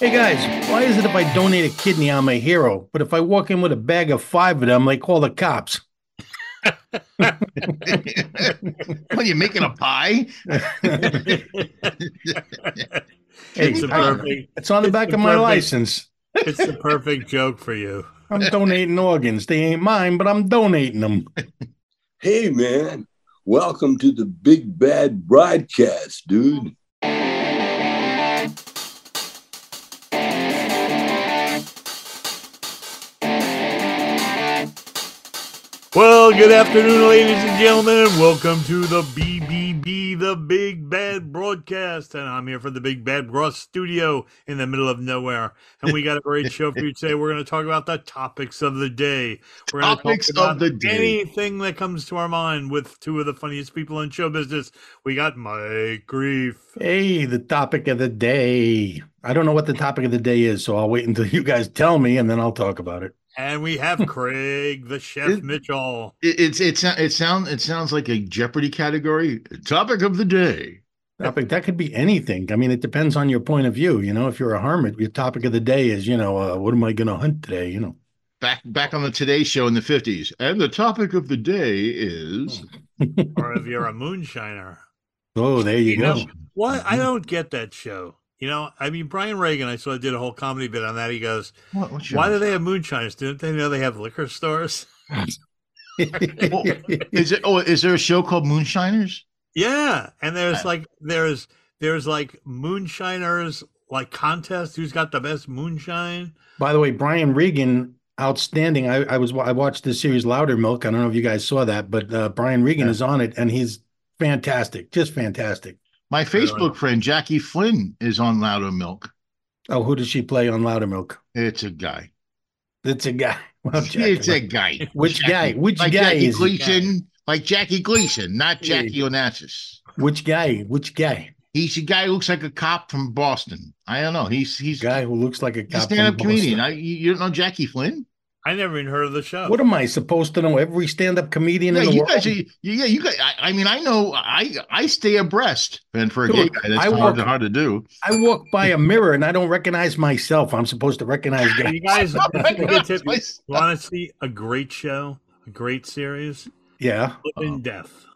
Hey guys, why is it if I donate a kidney, I'm a hero, but if I walk in with a bag of five of them, they call the cops? What are you making a pie? It's Hey, a I- perfect, it's on the back of my Perfect. license. it's the perfect joke for you. I'm donating organs. They ain't mine, but I'm donating them. Hey, man, welcome to the Big Bad Broadcast, dude. Well, good afternoon, ladies and gentlemen, and welcome to the BBB, the Big Bad Broadcast. And I'm here from the Big Bad Broad Studio in the middle of nowhere. And we got a great show for you today. We're going to talk about the topics of the day. We're gonna talk Topics of about the day. Anything that comes to our mind with two of the funniest people in show business. We got Mike Grief. Hey, the topic of the day. I don't know what the topic of the day is, so I'll wait until you guys tell me and then I'll talk about it. And we have Craig, the Chef It- Mitchell. It, it's it's it sounds it sounds like a Jeopardy category topic of the day. Topic that could be anything. I mean, it depends on your point of view. You know, if you're a hermit, your topic of the day is, you know, uh, what am I going to hunt today? You know, Back back on the Today Show in the fifties, and the topic of the day is Or if you're a moonshiner. oh, there you Mm-hmm. You know, go. What I don't get that show. You know, I mean Brian Reagan. I saw did a whole comedy bit on that. He goes, what, what "Why do they have moonshiners? Didn't they know they have liquor stores?" is it? Oh, is there a show called Moonshiners? Yeah, and there's Uh, like there's there's like moonshiners like contest. Who's got the best moonshine? By the way, Brian Regan, outstanding. I, I was I watched the series Louder Milk. I don't know if you guys saw that, but uh, Brian Regan is on it, and he's fantastic, just fantastic. My don't Facebook friend Jackie Flynn is on Louder Milk. Oh, who does she play on Louder Milk? It's a guy. It's a guy. Well, It's a Jackie, guy. Which guy? Which like guy Jackie is it? Gleason? Like Jackie Gleason, not Yeah. Jackie Onassis. which guy? Which guy? He's a guy who looks like a cop from Boston. I don't know. He's he's Guy who looks like a He's a cop from stand-up comedian. Boston. I, you you don't know Jackie Flynn? I never even heard of the show. What am I supposed to know? Every stand-up comedian Yeah, in the you world. guys. Are, you- yeah, you guys. I, I mean, I know. I I stay abreast, and for a gay Dude, guy, that's I hard, work- hard to do. I walk by a mirror and I don't recognize myself. I'm supposed to recognize guys. you guys my- want to see a great show, a great series? Yeah. Love and Death.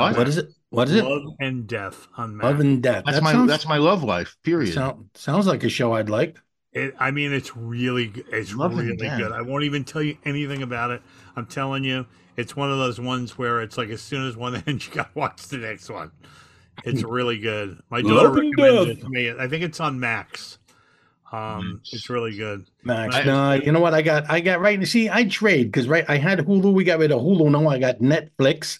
Uh, What? What Max. is it? What Uh-huh. is it? Love and Death on Max. Love and death. That's That my sounds- that's my love life. Period. Sound, sounds like a show I'd like. It, I mean, it's really, g- it's Love and really Death. good. I won't even tell you anything about it. I'm telling you, it's one of those ones where it's like as soon as one ends, you gotta watch the next one. It's Hmm. really good. My daughter Love and recommended it Death. to me. I think it's on Max. Um, it's really good. Max, I- no, you know what I got? I got right. See, I trade because right, I had Hulu. We got rid of Hulu. Now I got Netflix.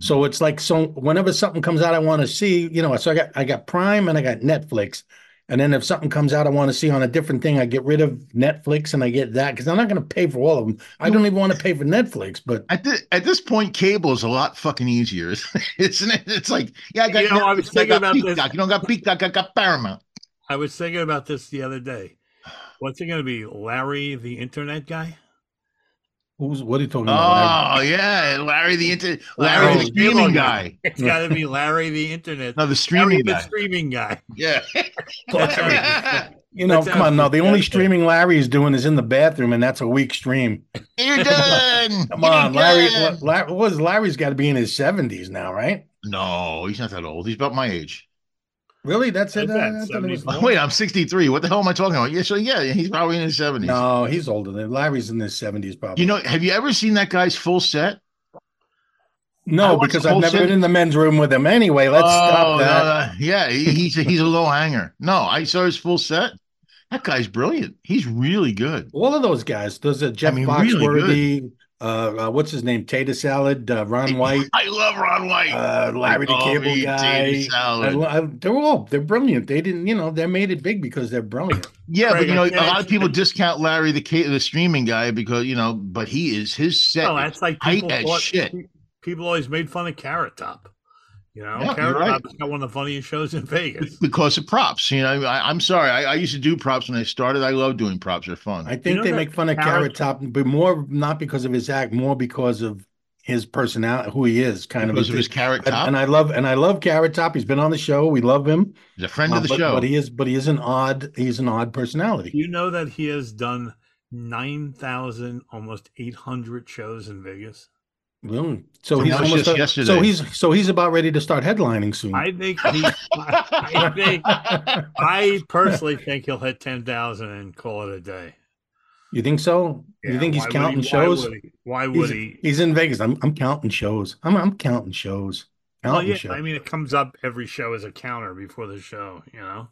So it's like so. Whenever something comes out, I want to see. You know, so I got I got Prime and I got Netflix. And then if something comes out, I want to see on a different thing. I get rid of Netflix and I get that because I'm not going to pay for all of them. I don't even want to pay for Netflix. But At this at this point, cable is a lot fucking easier, isn't it? It's like, yeah, I got. You know, I was Netflix, thinking got about this. Peacock. You don't got Peacock. I got Paramount. I was thinking about this the other day. What's it gonna be, Larry the Internet guy? who's what are you talking about? Oh yeah, Larry the inter- Larry Larry the the streaming Oh, cable guy. It's gotta be Larry the Internet. No, the Larry streaming the guy. streaming guy. Yeah. Oh. You know, That's come on. No, the only absolutely- streaming Larry is doing is in the bathroom, and that's a weak stream. You're done. Come You're on, Larry. done. What, Larry what is Larry's got to be in his seventies now, right? No, he's not that old. He's about my age. Really? That's it. I I- bet, I thought it was- 74. Wait, I'm 63. What the hell am I talking about? Yeah, so yeah, he's probably in his 70s. No, he's older than Larry's in his seventies, probably. You know, have you ever seen that guy's full set? I no, watched because the I've whole never shit. been in the men's room with him. Anyway, let's Oh, stop that. no, no. Yeah, he- he's a, he's a low hanger. No, I saw his full set. That guy's brilliant. He's really good. All of those guys. Those are Jeff mean, really Foxworthy, uh, uh, what's his name? Tater Salad, uh, Ron White, I love Ron White. uh, Larry the Oh, Cable me, Guy. David Salad. I lo- I- they're all they're brilliant. They didn't, you know, they made it big because they're brilliant. yeah, but Craig, you know, I a can't- lot of people discount Larry the ca- the streaming guy because you know, but he is his set. Oh, No, Oh, that's like tight people as thought- shit. People always made fun of Carrot Top. You know, Yeah, you're Carrot right. Top's got one of the funniest shows in Vegas. because of props. You know, I, I'm sorry. I, I used to do props when I started. I love doing props. They're fun. I think know they that make fun of Carrot Carrot Top, but more not because of his act, more because of his personality, who he is, kind because of. of his carrot and, top. and I love and I love Carrot Top. He's been on the show. We love him. He's a friend Uh, of the but, show. but he is, but he is an odd. He's an odd personality. Do you know that he has done 9,000, almost 800 shows in Vegas? Really? So From he's Russia almost to a- yesterday. so he's so he's about ready to start headlining soon. I think he, I think, I personally think he'll hit 10,000 and call it a day. you think so? you Yeah, think he's why would he- counting why shows? would he? Why he's, would he? he's in Vegas. I'm I'm counting shows. I'm I'm counting shows. Counting Well, Oh, yeah, shows. I mean, it comes up every show as a counter before the show, you know?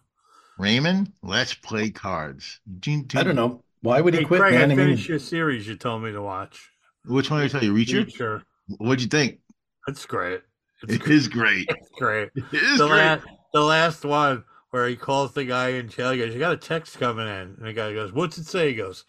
Raymond, let's play cards. Ding, ding. I don't know. Why would he Hey, quit, Craig, man? I I mean, finished your series you told me to watch. Which one did I tell you? Reacher? Reacher. What'd you think? That's great. It's It is great. great. It is the great. last, the last one where he calls the guy in jail. He goes, "You got a text coming in," and the guy goes, "What's it say?" He goes,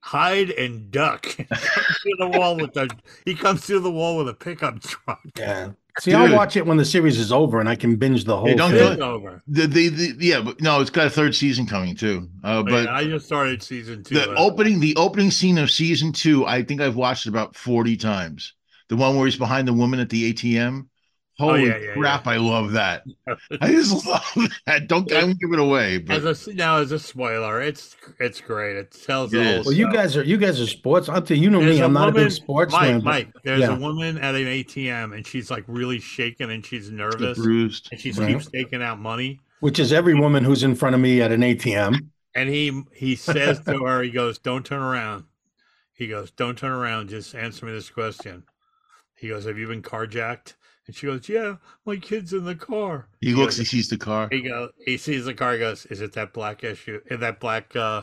"Hide and duck." through the wall with the, he comes through the wall with a pickup truck. yeah. See, Dude. I'll watch it when the series is over and I can binge the whole don't thing. do It's over. The, the, the, yeah, but no, it's got a third season coming too. Uh, But but I just started season two. the uh, opening, the opening scene of season two, I think I've watched it about forty times. The one where he's behind the woman at the ATM. Holy Oh, yeah, yeah, crap! I love that. I just love that. Don't I won't give it away. As But a, now, as a spoiler, it's it's great. It tells It the is. whole Well, you story. guys are you guys are sports. I'll tell you, you know me. There's I'm not a woman- big sports Mike, fan. but- Mike, there's yeah. a woman at an ATM, and she's like really shaken and she's nervous, bruised. and she Right. keeps taking out money. which is every woman who's in front of me at an ATM. And he he says to her, he goes, "Don't turn around." He goes, "Don't turn around. Just answer me this question." He goes, "Have you been carjacked?" And she goes, "Yeah, my kid's in the car." He looks. He Goes, sees the car. he goes. He sees the car. He goes, "Is it that black SUV? eh, That black uh,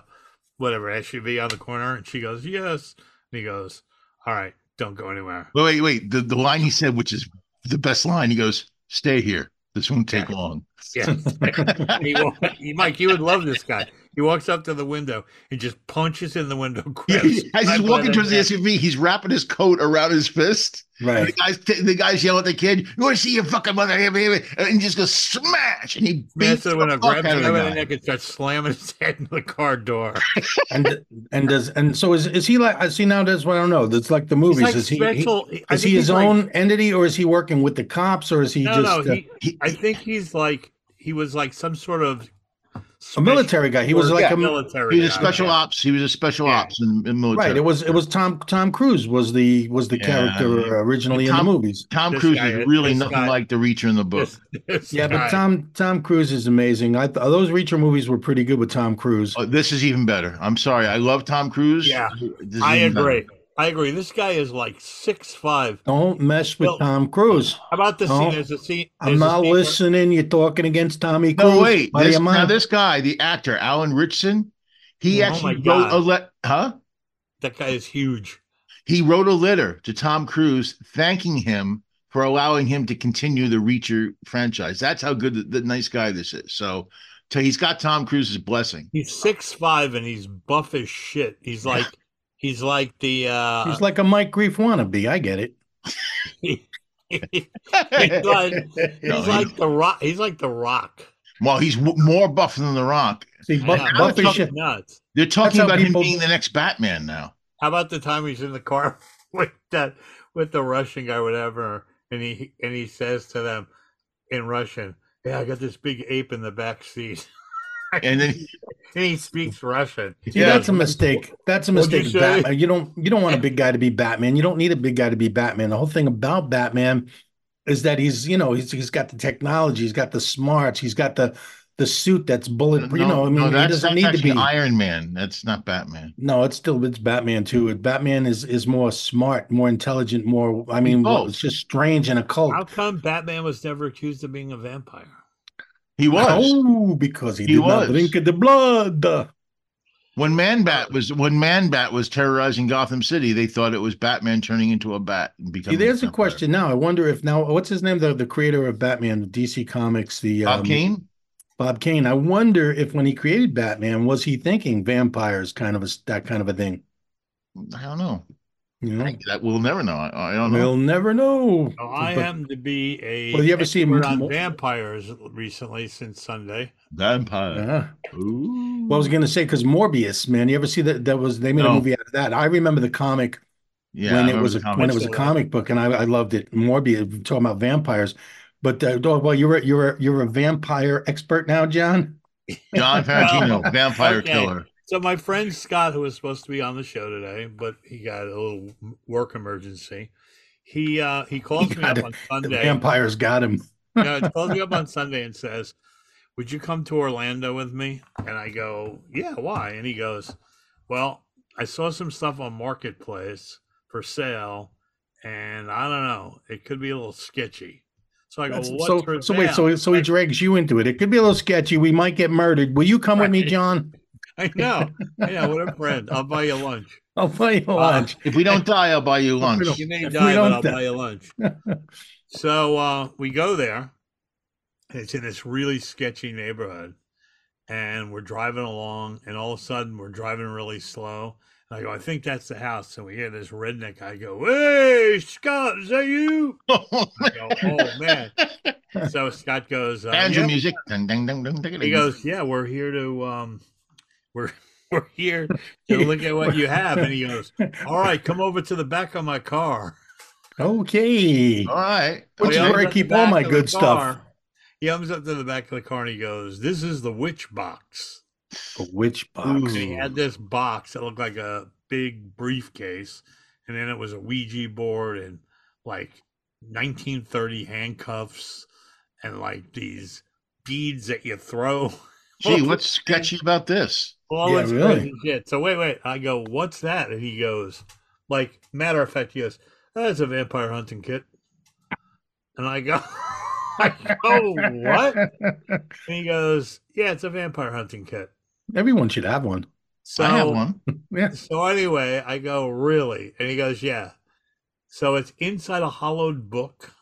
whatever SUV on the corner?" And she goes, "Yes." And he goes, "All right, don't go anywhere." Wait, wait, wait. The, the line he said, which is the best line, he goes, Stay here. This won't take long. Yeah. he, wa- he- Mike, you would love this guy. He walks up to the window and just punches in the window. Yeah, cracks he- as he's right by walking the towards the neck. SUV, he's wrapping his coat around his fist. And the Right. guy's t- the guy's yelling at the kid, "You want to see your fucking mother?" here, baby?" And he just goes smash, and he beats Smith the it when I fuck grabbed out him of the by the guy. neck and starts slamming his head in the car door. And and does and so is is he like I see now that's what I don't know. That's like the movies. like is he, he- special- I is think he his he's like- own entity or is he working with the cops or is he no, just no, uh, he, he- I think he's like he was like some sort of a military guy? He was like a military. He was a guy, special yeah. ops. He was a special Yeah. ops in, in military. right. It was it was Tom Tom Cruise was the was the Yeah. character originally in Tom- the movies. Tom This Cruise guy- is really this nothing guy- like the Reacher in the book. This- this Yeah, guy. but Tom Tom Cruise is amazing. I th- those Reacher movies were pretty good with Tom Cruise. Oh, this is even better. I'm sorry. I love Tom Cruise. Yeah, This is I even better. agree. I agree. This guy is like six five. Don't mess with Well- Tom Cruise. How about the No, scene? There's a scene. I'm there's a not scene where- listening. You're talking against Tommy Cruise. No, wait. Buddy This, of mine. now this guy, the actor Alan Richson, he Oh, actually my wrote God. a let huh? That guy is huge. He wrote a letter to Tom Cruise thanking him for allowing him to continue the Reacher franchise. That's how good the, the nice guy this is. So, so he's got Tom Cruise's blessing. He's six five and he's buff as shit. He's like, he's like the. uh He's like a Mike Grief wannabe. I get it. he's like, he's he's- like the rock. He's like the rock. well, he's w- more buff than The Rock. See, I Bu- know, Buff it's is fucking shit. nuts. They're talking how about people- him being the next Batman now. How about the time he's in the car with that with the Russian guy, whatever, and he and he says to them in Russian, "Yeah, I got this big ape in the back seat." And then And he speaks Russian. See, Yeah. that's a mistake. That's a What'd you mistake. You, say? Batman. you don't you don't want a big guy to be Batman. You don't need a big guy to be Batman. The whole thing about Batman is that he's you know he's he's got the technology, he's got the smarts, he's got the the suit that's bullet. you know, I mean, he doesn't need to actually be. Iron Man. That's not Batman. no, it's still it's Batman too. Batman is is more smart, more intelligent, more. I mean, well, both. it's just strange and occult. How come Batman was never accused of being a vampire? He was. Oh, because he, He did was. not drink the blood. When Man Bat was when Man Bat was terrorizing Gotham City, they thought it was Batman turning into a bat and See, becoming. there's a vampire. question now. I wonder if now what's his name? The the creator of Batman, DC Comics, the Bob um, Kane. Bob Kane. I wonder if when he created Batman, was he thinking vampires, kind of a, that kind of a thing? I don't know. You know, That we'll never know. I, I don't know. we'll never know. Now, Oh, I But- happen to be a Well, you ever see expert m- on mo- vampires recently since Sunday. Vampire. Yeah. Ooh. uh-huh. Well, I was gonna say because Morbius, man, you ever see that? That was they made No. a movie out of that. I remember the comic yeah, I when it remember was the a, when comics. it was a Yeah. comic book, and I, I loved it. Morbius talking about vampires, but uh, oh, well, you're a, you're a, you're a vampire expert now, John. John Tarantino, Well, vampire okay. killer. So my friend Scott, who was supposed to be on the show today, but he got a little work emergency. He uh, he calls me got up it. on The Sunday. vampires got him. no, it calls me up on Sunday and says, "Would you come to Orlando with me?" And I go, "Yeah, why?" And he goes, "Well, I saw some stuff on Marketplace for sale, and I don't know, it could be a little sketchy." So I go, That's- well, "What's so for so wait, so sale?" so he drags you into it. It could be a little sketchy. We might get murdered. Will you come with me, Right. John? I know, I know. What a friend! I'll buy you lunch. I'll buy you lunch. If we don't die, I'll buy you lunch. You Uh, may If we die, but don't I'll die- buy you lunch. so uh, we go there. and It's in this really sketchy neighborhood, and we're driving along, and all of a sudden we're driving really slow. And I go, I think that's the house. And we hear this redneck. I go, Hey, Scott, is that you? I go, Oh man. so Scott goes, uh, Banjo "Yeah." music. Dun, dun, dun, dun, dun, dun. He goes, Yeah, we're here to um, we're we're here to look at what you have. And he goes, All right, come over to the back of my car. Okay. All right. Which is Okay. He comes where I up keep the all back my of the good stuff. car. He comes up to the back of the car and he goes, "This is the witch box." A witch box. And he Hmm. had this box that looked like a big briefcase, and then it was a Ouija board and like 1930 handcuffs and like these beads that you throw. Gee, what's sketchy about this? All Yeah, this really. crazy shit. So wait, wait. I go, "What's that?" And he goes, "Like matter of fact, he goes, that's a vampire hunting kit." And I go, "I go what?" And he goes, "Yeah, it's a vampire hunting kit." Everyone should have one. So, I have one. Yeah. so anyway, I go, "Really?" And he goes, "Yeah." So it's inside a hollowed book.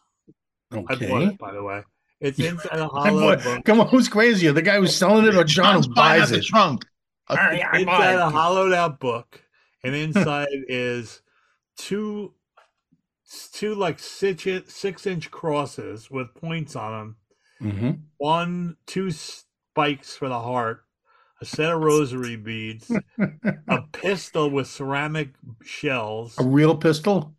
I bought Okay. it, by the way. It's inside a I hollowed bought- book. Come on, who's crazier? The guy who's selling it or John John's who buying out buys the it? trunk. Alright, I Inside bought a it. hollowed out book, and inside is two, two like six inch, six inch crosses with points on them. Mhm. One, two spikes for the heart, a set of rosary beads, a pistol with ceramic shells. A real pistol?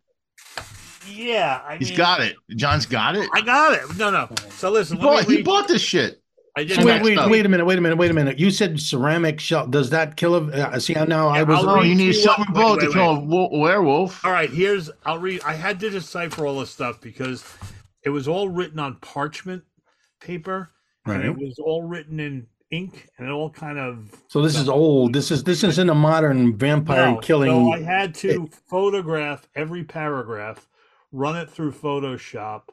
Yeah, I He's mean, got it. John's got it. I got it. No, no. Oh. So listen, He let me bought, he read- bought this shit. I So just Wait, Smack wait, stuff. wait a minute, wait a minute, wait a minute. You said ceramic shell. Does that kill a? Uh, see, now I Yeah, was. I'll Oh, read you need a you what- silver wait, bullet wait, to kill a wo- werewolf. All right, here's I'll read. I had to decipher all this stuff because it was all written on parchment paper, and it Right. was all written in ink, and it all kind of So this is old. This is this isn't a modern vampire No, killing. So I had to photograph every paragraph, run it through Photoshop,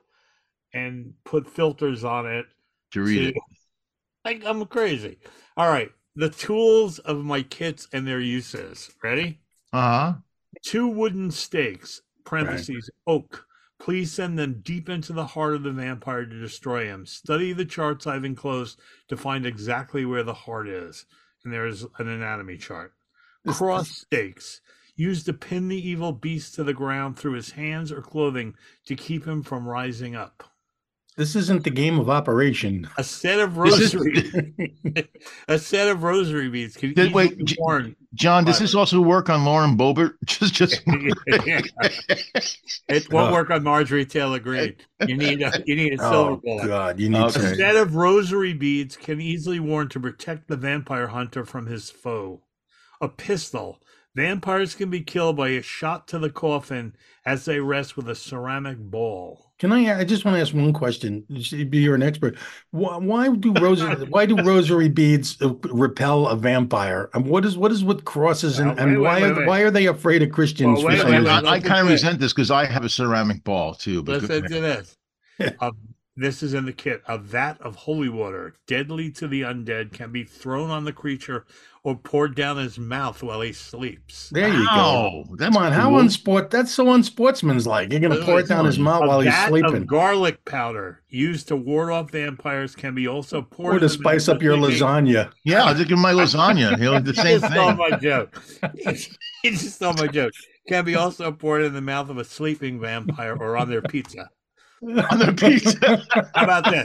and put filters on it To read it. to- Like I'm crazy. All right, the tools of my kits and their uses. Ready? Uh huh. two wooden stakes parentheses oak please send them deep into the heart of the vampire to destroy him study the charts i've enclosed to find exactly where the heart is and there is an anatomy chart cross stakes used to pin the evil beast to the ground through his hands or clothing to keep him from rising up this isn't the game of operation. a set of This is- rosary a set of rosary beads can Did- wait, easily j- warn John, does What? this also work on Lauren Boebert? Just, just. it won't work on Marjorie Taylor Greene. You need a you need a silver oh bullet. God, you need Okay. A some. set of rosary beads can easily warn to protect the vampire hunter from his foe. A pistol. Vampires can be killed by a shot to the coffin as they rest with a ceramic ball. Can I? I just want to ask one question. You're an expert. Why, why do rosary? why do rosary beads repel a vampire? And what is what is with crosses and, Now, and wait, why wait, are wait, wait. why are they afraid of Christians? Well, for wait, some wait, reason? wait. I, kind of resent this because I have a ceramic ball too. But Listen good- to this. a um, This is in the kit. A vat of holy water, deadly to the undead, can be thrown on the creature or poured down his mouth while he sleeps. There you Wow, go. that's Come on, how cool. unsport? That's so unsportsmanlike. You're gonna pour it down his mouth A while he's vat sleeping, Of garlic powder used to ward off vampires can be also poured. or in to the spice middle up your of sleeping. lasagna. Yeah, I'll just give him my lasagna. He'll do the He same just stole thing. my joke. he just stole my joke. Can be also poured in the mouth of a sleeping vampire or on their pizza. On the pizza. How about this?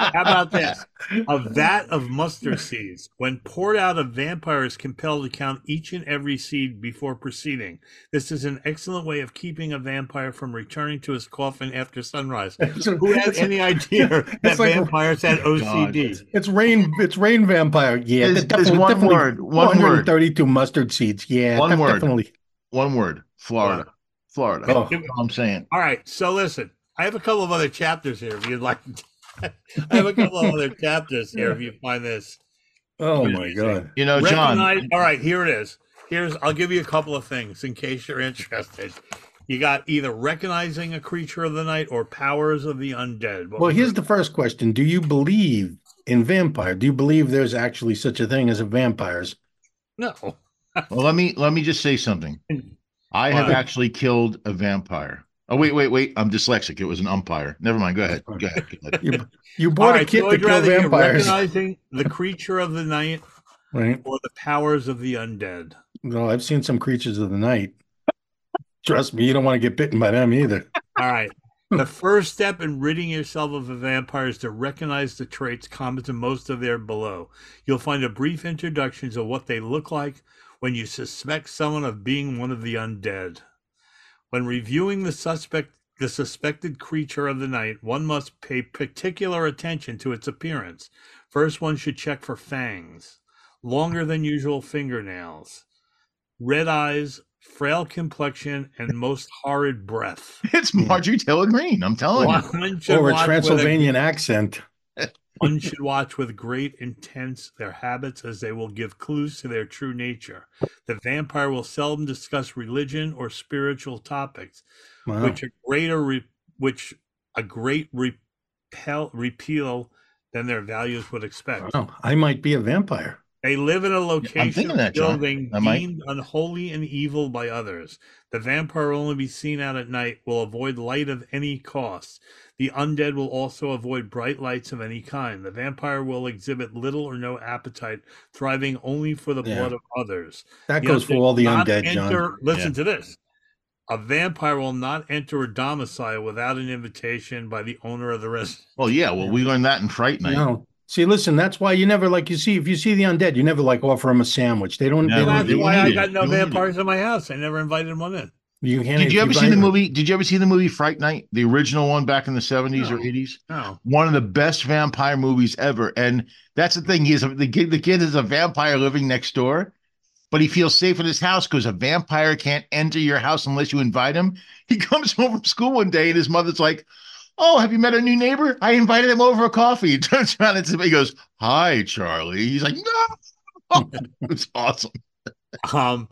How about this? A vat of mustard seeds. When poured out, a vampire is compelled to count each and every seed before proceeding. This is an excellent way of keeping a vampire from returning to his coffin after sunrise. Who has any idea that It's like- vampires had OCD? It's rain. It's rain vampire. Yeah, There's- definitely- there's one definitely word, one word. 132 mustard seeds. Yeah, One def- word. Definitely. One word. Florida. Florida. Oh. That's all I'm saying. All right. So listen, I have a couple of other chapters here if you'd like. I have a couple of other chapters here if you find this. Oh my god. You know, John. Recognize- all right, here it is. Here's I'll give you a couple of things in case you're interested. You got either recognizing a creature of the night or powers of the undead. What Well, was here's it? the first question: Do you believe in vampire? Do you believe there's actually such a thing as a vampires? no. Well, let me let me just say something. I have Why? actually killed a vampire. Oh wait, wait, wait! I'm dyslexic. It was an umpire. Never mind. Go ahead. Go ahead. Go ahead. You, you All bought a right, kit so to I'd kill rather you vampires, recognizing the creature of the night right? or the powers of the undead. No, I've seen some creatures of the night. Trust me, you don't want to get bitten by them either. All right. The first step in ridding yourself of a vampire is to recognize the traits common to most of their below. You'll find a brief introduction to what they look like when you suspect someone of being one of the undead. When reviewing the suspect the suspected creature of the night, one must pay particular attention to its appearance. First one should check for fangs, longer than usual fingernails, red eyes, frail complexion, and most horrid breath. It's Marjorie Taylor Green. I'm telling you. One should Or a watch with Transylvanian accent. one should watch with great intense their habits as they will give clues to their true nature. The vampire will seldom discuss religion or spiritual topics, Wow. which a greater re- which a great repel repeal than their values would expect. Wow, Oh, I might be a vampire. They live in a location or that, John. building I might. deemed unholy and evil by others. The vampire will only be seen out at night, will avoid light of any cost. The undead will also avoid bright lights of any kind. The vampire will exhibit little or no appetite, thriving only for the Yeah. blood of others. That The goes for undead all the will not undead, John. enter- Listen to this. A vampire will not enter a domicile without an invitation by the owner of the residence. Well, Oh, yeah. Well, we learned that in Fright Night. No. See, listen, that's why you never like you see if you see the undead, you never like offer them a sandwich. They don't, No, they Well, don't That's you why need I it. got no You need it. vampires in my house. I never invited one in. you can't Did you ever if see the buy- movie? Did you ever see the movie Fright Night, the original one back in the seventies or No. eighties? No. One of the best vampire movies ever. And that's the thing is the kid, the kid is a vampire living next door, but he feels safe in his house because a vampire can't enter your house unless you invite him. He comes home from school one day and his mother's like, "Oh, have you met our new neighbor? I invited him over for coffee." He turns around and somebody goes, "Hi, Charlie." He's like, "No." it's awesome. Um,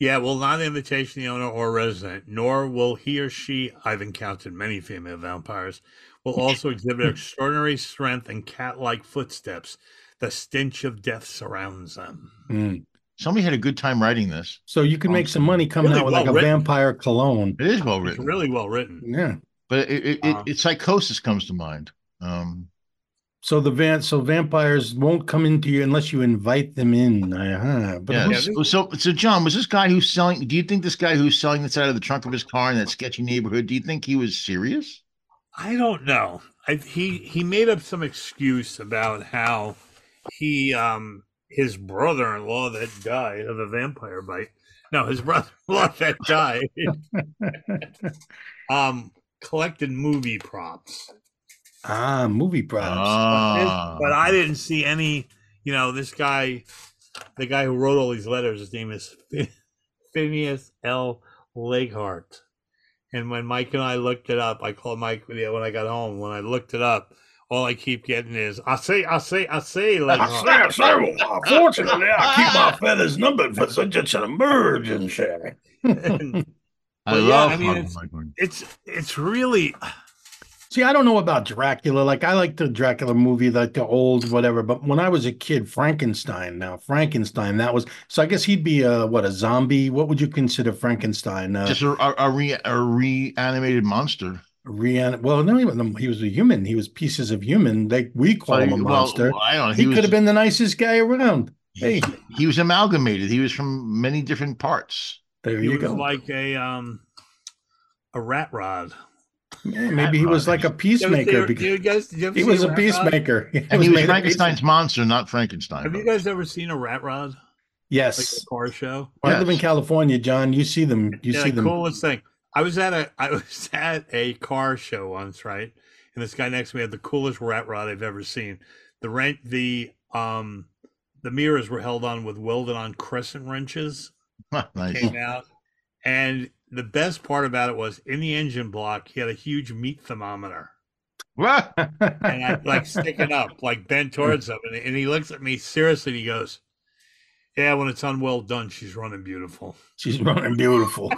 yeah, will not invitation the owner or resident, nor will he or she, I've encountered many female vampires, will also exhibit extraordinary strength and cat like footsteps. The stench of death surrounds them. Mm. Somebody had a good time writing this. So you can make some money coming Really out with well like a written. vampire cologne. It is well It's written. really well written. Yeah. but it, it, Uh, it, it psychosis comes to mind. Um, So the van so vampires won't come into you unless you invite them in. Uh-huh. But yeah. who's- So, so, so, John, was this guy who's selling? Do you think this guy who's selling this out of the trunk of his car in that sketchy neighborhood? Do you think he was serious? I don't know. I, he he made up some excuse about how he um his brother-in-law that died of a vampire bite. No, his brother-in-law that died um collected movie props. ah, movie Uh, props. Ah, but I didn't see any. You know, this guy, the guy who wrote all these letters, his name is Phi- Phineas L. Leghart. And when Mike and I looked it up, I called Mike you know, when I got home. When I looked it up, all I keep getting is I say, I say, I say, Leghart. Fortunately, I keep my feathers numbered for such an emergency. I but yeah, love I mean, Harvey it's- Weinstein. it's it's really See, I don't know about Dracula. Like I like the Dracula movie, like the old whatever. But when I was a kid, Frankenstein. Now Frankenstein, that was so. I guess he'd be uh, what a zombie. What would you consider Frankenstein? Uh, Just a, a, a, re, a reanimated monster. rean- well, no, he was, he was a human. He was pieces of human. Like we call him a Well, monster. well, I don't know. he was- could have been the nicest guy around. Hey, He was amalgamated. He was from many different parts. there He you was go. like a um a rat rod. Yeah, maybe he was like a Do peacemaker you- do because you guys- do you ever he see was a rat rod? peacemaker. He And he was made a peace- Frankenstein's monster, not Frankenstein. Have you guys ever seen a rat rod? Like Yes. a car show? I live in Yes. California, John. You see them. You Yeah, see them. coolest thing. I was at a I was at a car show once, right? And this guy next to me had the coolest rat rod I've ever seen. The rent the um the mirrors were held on with welded on crescent wrenches nice. came out. And the best part about it was in the engine block he had a huge meat thermometer. What? and I like sticking up, like bent towards him. And, and he looks at me seriously. And he goes, Yeah, when it's unwell done, she's running beautiful. She's running beautiful.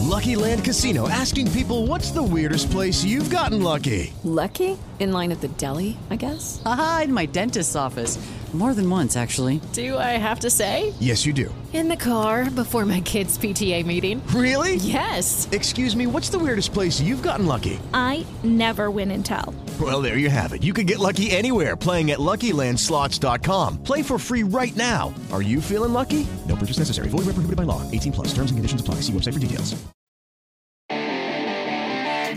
Lucky Land Casino asking people what's the weirdest place you've gotten lucky? Lucky? In line at the deli, I guess? Aha, in my dentist's office. More than once, actually. Do I have to say? Yes, you do. In the car before my kids' PTA meeting. Really? Yes. Excuse me, what's the weirdest place you've gotten lucky? I never win and tell. Well, there you have it. You can get lucky anywhere playing at LuckyLandSlots.com. Play for free right now. Are you feeling lucky? No purchase necessary. Void where prohibited by law. 18 plus. Terms and conditions apply. See website for details.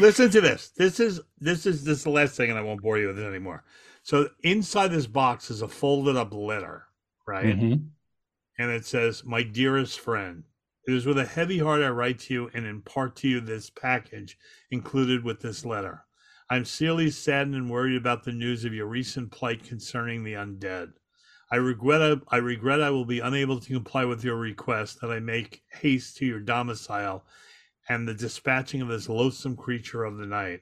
Listen to this. This is this is this is the last thing, and I won't bore you with it anymore. So inside this box is a folded up letter, right? Mhm. And it says, My dearest friend, it is with a heavy heart I write to you and impart to you this package included with this letter. I'm sincerely saddened and worried about the news of your recent plight concerning the undead. I regret I, I regret I will be unable to comply with your request that I make haste to your domicile and the dispatching of this loathsome creature of the night.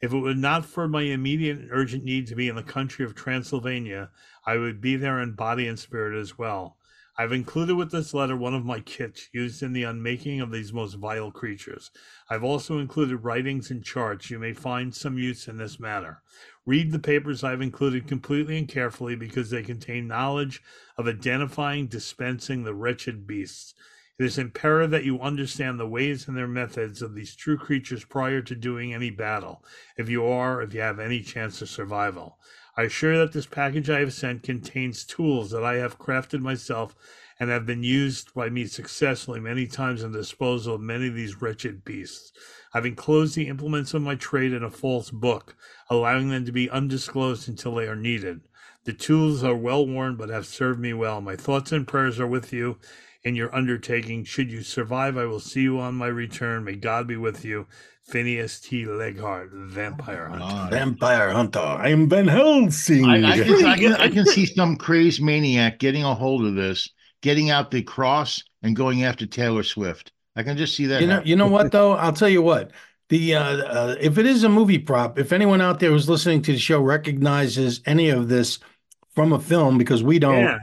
If it were not for my immediate and urgent need to be in the country of Transylvania, I would be there in body and spirit as well. I've included with this letter one of my kits used in the unmaking of these most vile creatures. I've also included writings and charts. You may find some use in this matter. Read the papers I've included completely and carefully because they contain knowledge of identifying, dispensing the wretched beasts. It is imperative that you understand the ways and their methods of these true creatures prior to doing any battle, if you are, if you have any chance of survival. I assure you that this package I have sent contains tools that I have crafted myself and have been used by me successfully many times in the disposal of many of these wretched beasts. I've enclosed the implements of my trade in a false book, allowing them to be undisclosed until they are needed. The tools are well worn but have served me well. My thoughts and prayers are with you in your undertaking. Should you survive, I will see you on my return. May God be with you. Phineas T. Leghart, Vampire Hunter. Vampire Hunter. I am Van Helsing. I, I can, I, can, I can see some crazed maniac getting a hold of this, getting out the cross and going after Taylor Swift. I can just see that. you know, happening. you know what though? I'll tell you what. The uh, uh, if it is a movie prop, if anyone out there who's listening to the show recognizes any of this from a film, because we don't, Yeah.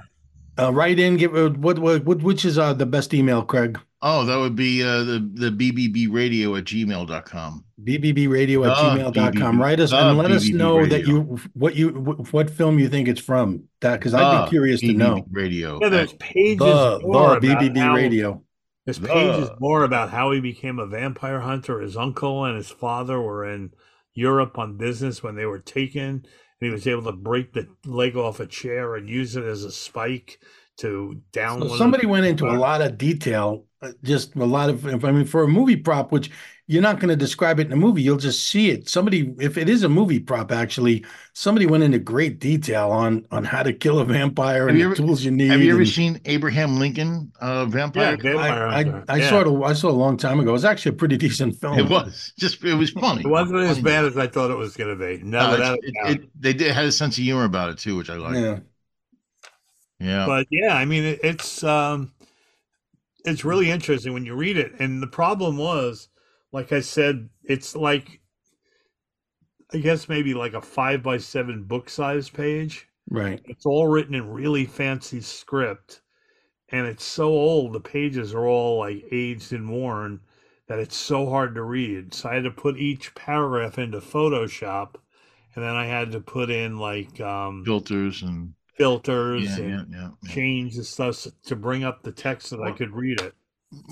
uh, write in. Give uh, what, what, what which is uh, the best email, Craig? oh, that would be uh, the, the BBB radio at gmail.com. bbbradio at Uh, gmail.com. BBB. Write us Uh, and let us BBB know that radio. you what you wh- what film you think it's from. That because I'd Ah, be curious to know. Radio. Yeah, there's at- pages The, the more about BBB how, radio. There's pages The- more about how he became a vampire hunter. His uncle and his father were in Europe on business when they were taken, and he was able to break the leg off a chair and use it as a spike to down. So one of somebody the- went into a lot of detail, uh, just a lot of. I mean, for a movie prop, which you're not going to describe it in a movie, you'll just see it. Somebody, if it is a movie prop, actually, somebody went into great detail on on how to kill a vampire Have and you the ever- tools you need. Have you ever and- seen Abraham Lincoln uh, Yeah, Vampire? vampire I, I, hunter. I yeah. saw it. A, I saw it a long time ago. It was actually a pretty decent film. It was just it was funny. It wasn't as Funny. bad as I thought it was going to be. No, Uh, that it- it- they did had a sense of humor about it too, which I like. Yeah. Yeah. but yeah i mean it, it's um it's really interesting when you read it and the problem was like i said it's like i guess maybe like a five by seven book size page Right. it's all written in really fancy script and it's so old the pages are all like aged and worn that it's so hard to read. So I had to put each paragraph into Photoshop, and then I had to put in like um, filters and filters yeah, and yeah, yeah, yeah. change the stuff s- to bring up the text so that I could read it.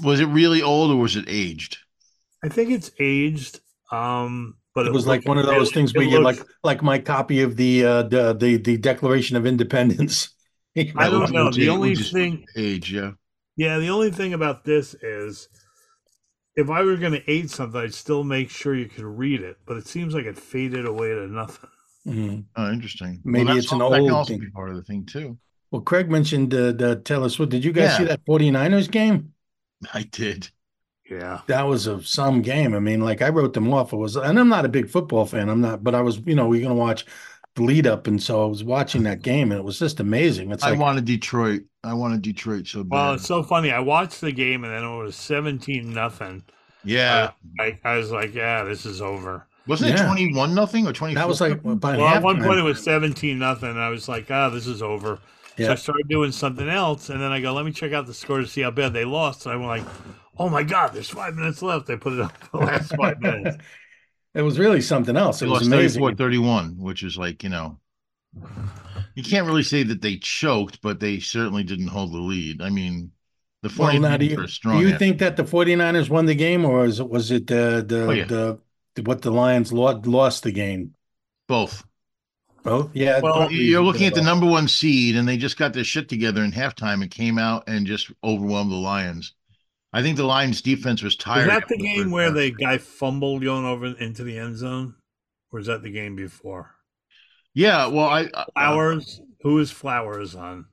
Was it really old or was it aged? I think it's aged, um, but It was like one of those things where you like like my copy of the uh the the, the Declaration of Independence. I don't Which- know. which The is- only which is thing- age, yeah. Yeah, the only thing about this is if I were going to aid something, I'd still make sure you could read it, but it seems like it faded away to nothing. Mhm. Oh, interesting. Maybe that's it's an al- that old can also thing. be part of the thing too. Well, Craig mentioned the the Taylor Swift. Did you guys see Yeah. that 49ers game? I did. Yeah. That was a some game. I mean, like I wrote them off. It was, and I'm not a big football fan. I'm not, but I was, you know, we're gonna watch the lead up, and so I was watching that game, and it was just amazing. It's I like wanted Detroit. I wanted Detroit so bad. Well, it's so funny. I watched the game and then it was 17 nothing. yeah. I, I was like, yeah, this is over. Wasn't it yeah. 21 nothing or 24? that was like by Well, at one halftime. point it was 17 nothing. And I was like, ah, this is over. So Yeah. I started doing something else. And then I go, let me check out the score to see how bad they lost. And I went like, oh my God, there's five minutes left. They put it up for the last five minutes. It was really something else. They It was lost amazing. 34 31, which is like, you know, you can't really say that they choked, but they certainly didn't hold the lead. I mean, the Well, 49ers now, do you, are do strong. you after- think that the 49ers won the game, or is it, was it the the, Oh, yeah. the the what the Lions lost, lost the game? both? Oh, yeah. Well, probably You're a looking bit at the of both. number one seed, and they just got their shit together in halftime and came out and just overwhelmed the Lions. I think the Lions defense was Is tired. that after the game first where half. the guy fumbled going over into the end zone? Or is that the game before? Yeah, well, I, I Uh, Flowers? Who is Flowers on?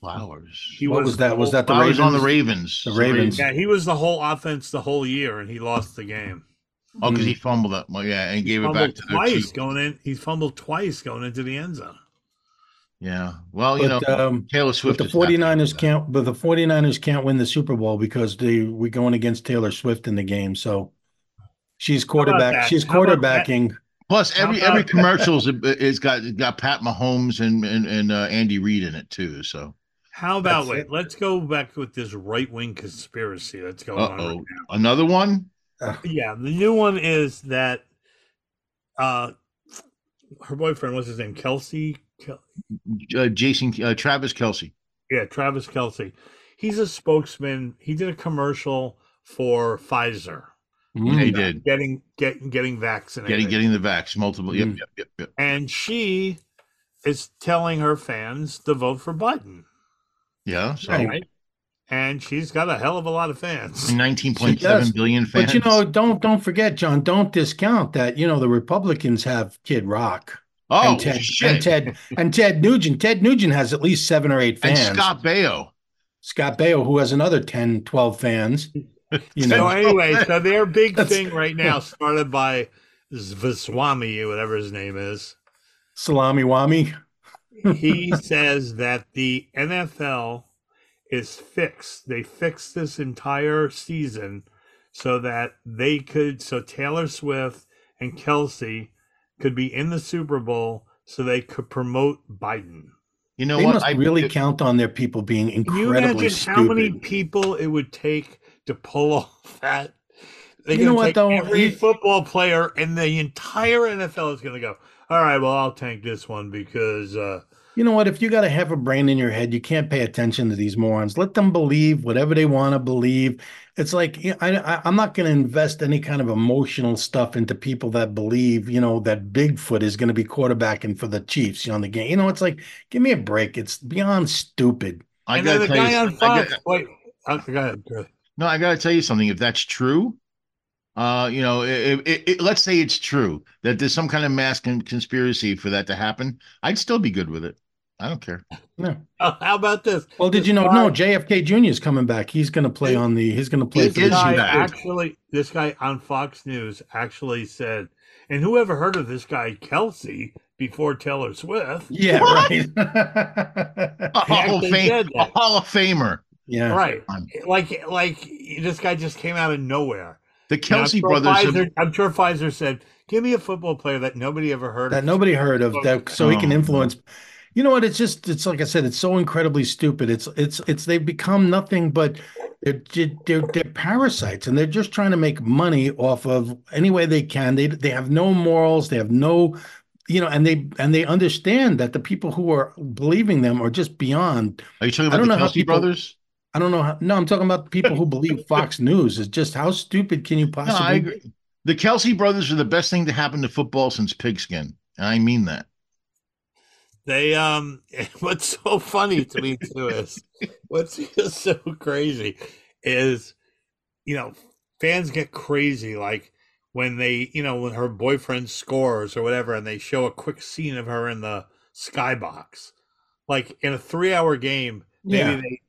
Flowers. He What was that? Was that the Flowers on the Ravens? Ravens. The Ravens. Yeah, he was the whole offense the whole year and he lost the game. Oh, because he fumbled that. Well, yeah, and gave it back Fumbled to their twice two- going in. He fumbled twice going into the end zone. Yeah. Well, you But, know, um, Taylor But Swift. the is not gonna do 49ers that. can't. But the 49ers can't win the Super Bowl because they we're going against Taylor Swift in the game. So she's quarterback. that? She's How about that? quarterbacking. Plus, How every about- every commercial's uh, it's got it's got Pat Mahomes and and, and uh, Andy Reid in it too. So, How about That's wait? it. Let's go back with this right wing conspiracy that's going uh on. right oh, another one. Yeah, the new one is that uh her boyfriend, what's his name? Kelsey? Kel- Uh, Jason uh, Travis Kelsey. Yeah, Travis Kelsey. He's a spokesman. He did a commercial for Pfizer Yeah, he Mm. did getting get, getting vaccinated. getting getting the vax multiple. Yep, Mm. yep, yep, yep. And she is telling her fans to vote for Biden. Yeah. So Right. And she's got a hell of a lot of fans. nineteen point seven does. billion fans. But you know, don't don't forget, John. Don't discount that. You know, the Republicans have Kid Rock oh and Ted shit, and Ted and Ted Nugent. Ted Nugent has at least seven or eight And fans. Scott Baio. Scott Baio, who has another 10, 12 fans. You So know, anyway, so their big That's- thing right now started by Vaswamy, whatever his name is. salami wami. he says that the NFL is fixed. They fixed this entire season so that they could, so Taylor Swift and Kelsey could be in the Super Bowl so they could promote Biden. You know They what? must I really it- count on their people being Can you incredibly imagine how many stupid. people it would take to pull off that? They're You know gonna what, take though? Every You- football player and the entire NFL is going to go, all right, well, I'll tank this one because uh, You know what? If you got to have a brain in your head, you can't pay attention to these morons. Let them believe whatever they want to believe. It's like you know, I, I, I'm not going to invest any kind of emotional stuff into people that believe, you know, that Bigfoot is going to be quarterbacking for the Chiefs on the game. You know, it's like, give me a break. It's beyond stupid. I and then gotta the tell guy you, on I gotta- Fox. Wait, uh, go ahead. Drew. No, I got to tell you something. If that's true, uh, you know, it, it, it, let's say it's true that there's some kind of mass con- conspiracy for that to happen, I'd still be good with it. I don't care. Uh, How about this? Well, did you know? This No, guy- JFK Jr. is coming back. He's going to play on the. He's going to play He for the is This guy back. Chiefs. actually, this guy on Fox News actually said, and whoever heard of this guy Kelsey before Taylor Swift? Yeah, What? right. A Hall of, actually fame, did a that. Hall of Famer. yeah. Right, Um, like like this guy just came out of nowhere. The And I'm Kelsey sure brothers. have- Pfizer- I'm sure Pfizer said, "Give me a football player that nobody ever heard that of." nobody heard of that so he can Oh. influence you know what it's just it's like i said it's so incredibly stupid it's it's it's they've become nothing but They're, ju- they're they're parasites, and they're just trying to make money off of any way they can. They they have no morals. They have no, you know, and they and they understand that the people who are believing them are just beyond. Are you talking I about don't the know how Kelsey people- brothers? I don't know. How, no, I'm talking about people who believe Fox News. It's just how stupid can you No, possibly? I agree. The Kelsey brothers are the best thing to happen to football since pigskin. And I mean that. They um what's so funny to me too is what's just so crazy is you know fans get crazy like when they you know when her boyfriend scores or whatever and they show a quick scene of her in the skybox like in a 3 hour game maybe Yeah. they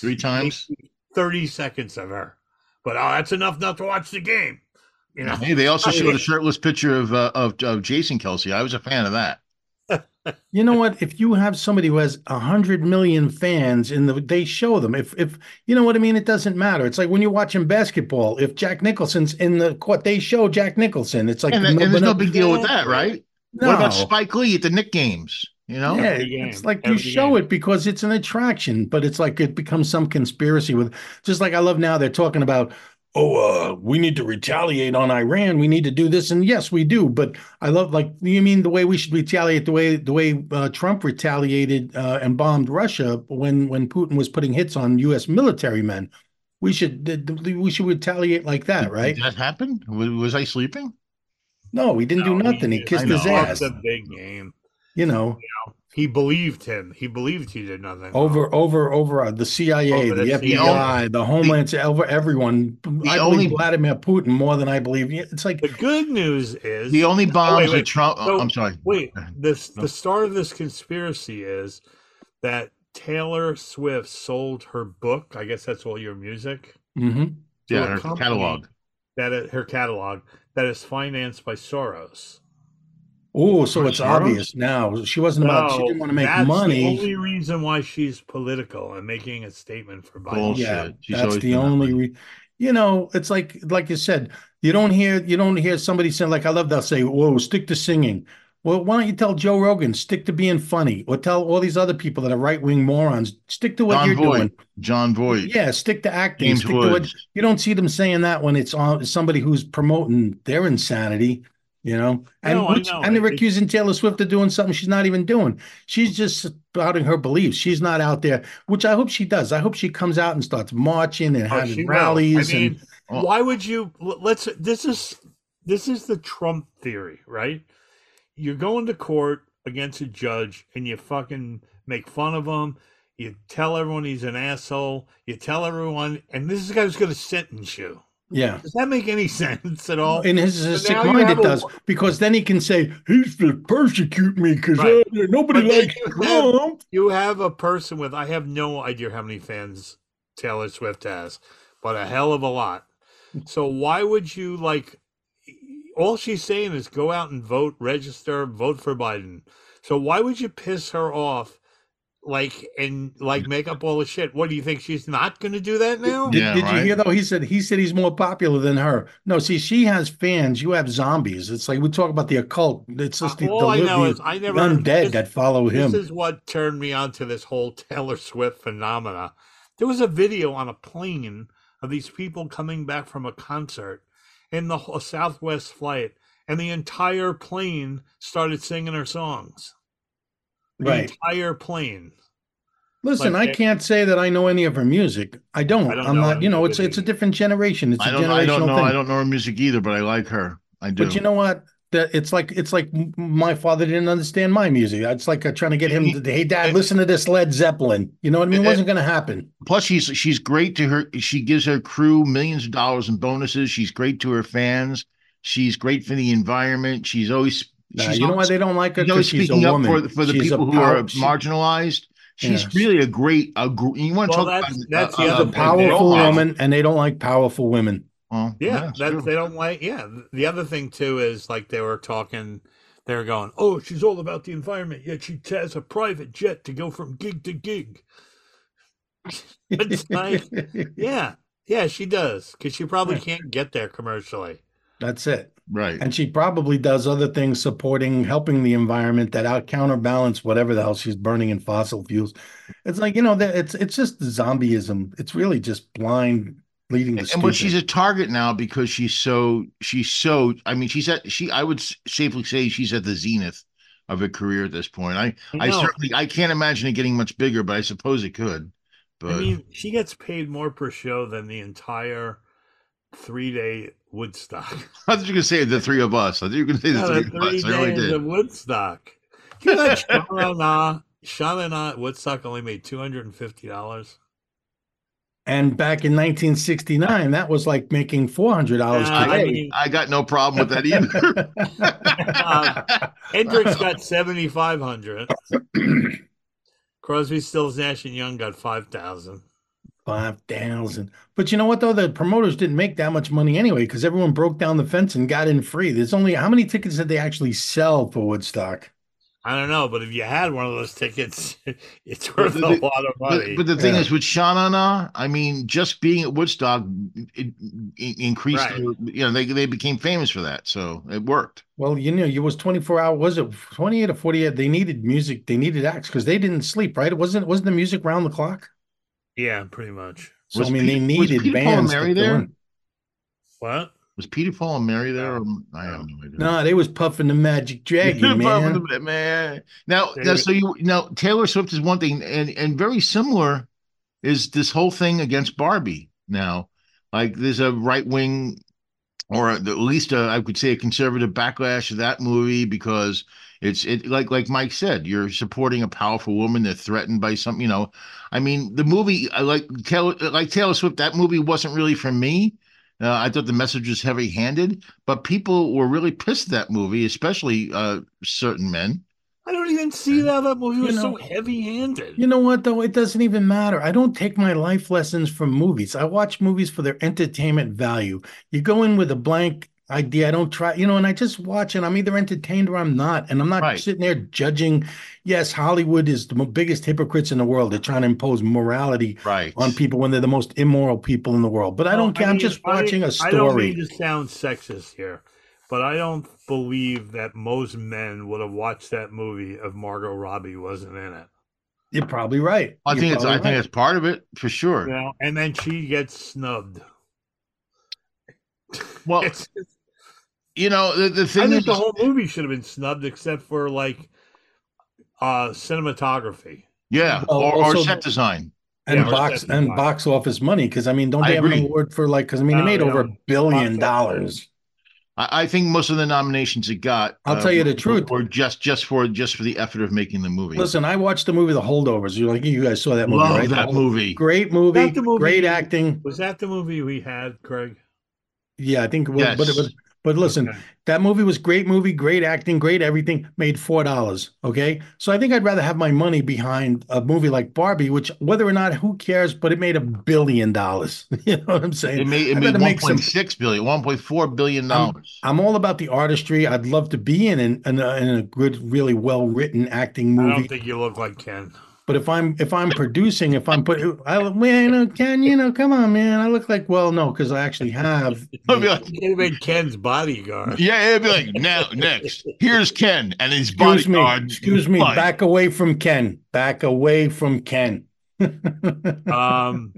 Three times. 30 seconds of her but oh that's enough not to watch the game you know Hey, they also I mean- showed a shirtless picture of, uh, of of Jason Kelsey. I was a fan of that. You know what? If you have somebody who has a hundred million fans and the, they show them, if if you know what I mean, it doesn't matter. It's like when you're watching basketball. If Jack Nicholson's in the court, they show Jack Nicholson. It's like And, and there's no big deal with Yeah. that, right? No. What about Spike Lee at the Nick games? You know? Yeah, Every it's game, like you every show game. it because it's an attraction, but it's like it becomes some conspiracy with just like I love now they're talking about, oh, uh, we need to retaliate on Iran. We need to do this, and yes, we do. But I love like you mean the way we should retaliate the way the way uh, Trump retaliated uh, and bombed Russia when when Putin was putting hits on U.S. military men. We should th- th- we should retaliate like that, right? Did that happen? Was, was I sleeping? No, he didn't do No, he nothing. He, did- kissed I know, his that's ass. a big game You know, he believed him he believed he did nothing wrong. over over over uh, the CIA, Over the, the CIA. FBI, the Homeland, Se- over everyone. I believe only- Vladimir Putin more than I believe. It's like The good news is The only bombs wait, wait. that Trump. oh, So- I'm sorry. wait. This the start of this conspiracy is that Taylor Swift sold her book. I guess that's all your music. mhm. to Yeah, a her company catalog. That it, her catalog that is financed by Soros. oh, so it's Soros? obvious now. She wasn't about. She didn't want to that's make The money. only reason why she's political and making a statement for Biden. Bullshit. yeah, She's that's always the been that only. way. Re- you know, it's like like you said, you don't hear you don't hear somebody saying like I love they'll say, "Whoa, stick to singing." Well, why don't you tell Joe Rogan stick to being funny, or tell all these other people that are right wing morons stick to what John you're Voight. doing. John Voight. Yeah, stick to acting. James stick to what, Woods. you don't see them saying that when it's on somebody who's promoting their insanity, you know. And No, I which- know. and they're It- it- accusing Taylor Swift of doing something she's not even doing. She's just spouting her beliefs. She's not out there, which I hope she does. I hope she comes out and starts marching and Oh, having she will. rallies I mean, uh, and Oh. why would you? l- Let's. This is this is the Trump theory, right? You're going to court against a judge, and you fucking make fun of him. You tell everyone he's an asshole. You tell everyone, and this is the guy who's going to sentence you. yeah. Does that make any sense at all? In his, his So sick now you mind, have it a- does because then he can say he's to persecute me because Right. nobody But then likes you have- Trump. You have a person with I have no idea how many fans Taylor Swift has, but a hell of a lot. So why would you like all she's saying is go out and vote, register, vote for Biden. So why would you piss her off like and like make up all the shit? What do you think she's not going to do that now? Did, Yeah, did you right. hear though? He said he said he's more popular than her. No, see, she has fans. You have zombies. It's like we talk about the occult. It's just the, Uh, all I the know living is I never undead this- that follow him. This is what turned me on to this whole Taylor Swift phenomena. There was a video on a plane of these people coming back from a concert in the whole Southwest flight, and the entire plane started singing her songs. The right. entire plane. Listen, like I they- can't say that I know any of her music. I don't. I don't I'm know not. You know, any of it's it it's a either. different generation. It's a I don't. I don't generational know. thing. I don't know her music either, but I like her. I do. But you know what? That it's like it's like m- my father didn't understand my music. It's like uh, trying to get him to hey eh dad, listen to this Led Zeppelin. You know what I mean? It wasn't going to happen. Plus, she's she's great to her. She gives her crew millions of dollars in bonuses. She's great to her fans. She's great for the environment. She's always. Nah, she's you know why always, they don't like her? Because she's she's always a speaking up woman. for, the- for the She's a people who are pow- she- marginalized. She's Yeah. really a great. A, gr- you want to Well, talk that's- about that's the a, other a, a powerful robot. woman, and they don't like powerful women. Well, Yeah, it's that true. they don't like. Yeah, th- the other thing too is like they were talking. They were going, "Oh, she's all about the environment, yet she has a private jet to go from gig to gig." It's like- Yeah, yeah, she does because she probably can't get there commercially. That's it. Right. And she probably does other things supporting, helping the environment that out counterbalance whatever the hell she's burning in fossil fuels. It's like, you know, that it's it's just zombieism. It's really just blind leading the and but she's a target now because she's so she's so i mean she's at she i would s- safely say she's at the zenith of her career at this point i i know. certainly i can't imagine it getting much bigger but i suppose it could but I mean, she gets paid more per show than the entire three day Woodstock. i thought you were gonna say the three of us i thought you were gonna say the Yeah, three, of the us i really days did of Woodstock. You know, Sha Na, Sha Na at Woodstock only made two hundred and fifty dollars. and back in 1969, that was like making four hundred dollars Yeah, Uh, I I, today. I got no problem with that either um, Hendrix got seventy five hundred. Crosby, Stills, Nash and Young got five thousand. Five thousand. But you know what though? The promoters didn't make that much money anyway, because everyone broke down the fence and got in free. There's only how many tickets did they actually sell for Woodstock? I don't know, but if you had one of those tickets, it's worth the- a lot of money. But, but the thing Yeah. is, with Shanana, I mean, just being at Woodstock it, it increased. Right. their- you know, they they became famous for that, so it worked. Well, you know, it was 24 hours. Was it 28 or 48? They needed music. They needed acts because they didn't sleep, right? It wasn't wasn't the music round the clock? yeah, pretty much. So Was I mean, they Pete- was needed Peter Paul and bands. to Mary fill there? in. What? Was Peter Paul and Mary there? Or, I have no idea. No, they was puffing the magic dragon, man. man. Now, They now, were- so you now Taylor Swift is one thing, and and very similar is this whole thing against Barbie. Now, like there's a right wing, or at least a, I could say a conservative backlash to that movie because it's it like like Mike said, you're supporting a powerful woman. They're threatened by some, you know. I mean, the movie, I like Taylor, like Taylor Swift, that movie wasn't really for me. Uh, I thought the message was heavy-handed, but people were really pissed at that movie, especially uh, certain men. I don't even see that that movie You was know- so heavy handed. You know what though? It doesn't even matter. I don't take my life lessons from movies. I watch movies for their entertainment value. You go in with a blank idea. I don't try, you know, and I just watch and I'm either entertained or I'm not. And I'm not Right. sitting there judging. Yes, Hollywood is the mo- biggest hypocrites in the world. They're trying to impose morality Right. on people when they're the most immoral people in the world. But I don't care. I'm mean, just I- watching a I don't mean story. to sound sexist here, but I don't believe that most men would have watched that movie if Margot Robbie wasn't in it. You're probably right. I You're think it's I probably think right. it's part of it for sure. You know? And then she gets snubbed. Well, It's- you know, the, the I thing think is the whole movie should have been snubbed except for like uh cinematography. yeah, Well, or, or Oh, also- set design. and Yeah, box respect and the box office money because I mean, don't I they have an agree. award for like? Because I mean, it No, made they over a don't. billion Box office. dollars. I, I think most of the nominations it got. I'll tell you the truth. Or just just for just for the effort of making the movie. Listen, I watched the movie The Holdovers. You like you guys saw that movie, love right? that movie. Great movie, Not the movie. great acting. Was that the movie we had, Craig? Yeah, I think. It was, But it Yes. was. But listen, Okay. that movie was great movie, great acting, great everything. Made four dollars. Okay, so I think I'd rather have my money behind a movie like Barbie, which whether or not, who cares? But it made a billion dollars. You know what I'm saying? It made I'd it made rather one make some- point six billion, one point four billion dollars. I'm all about the artistry. I'd love to be in an, in, a, in a good, really well written acting I don't movie. think you look like Ken. But if I'm if I'm producing, if I'm putting, I man, you know, Ken, you know, come on, man, I look like well, no, because I actually have. I'd be like, You could have been Ken's bodyguard. yeah, it'd be like now next. Here's Ken and his Excuse me, bodyguard. excuse me, Mike. back away from Ken, back away from Ken. Um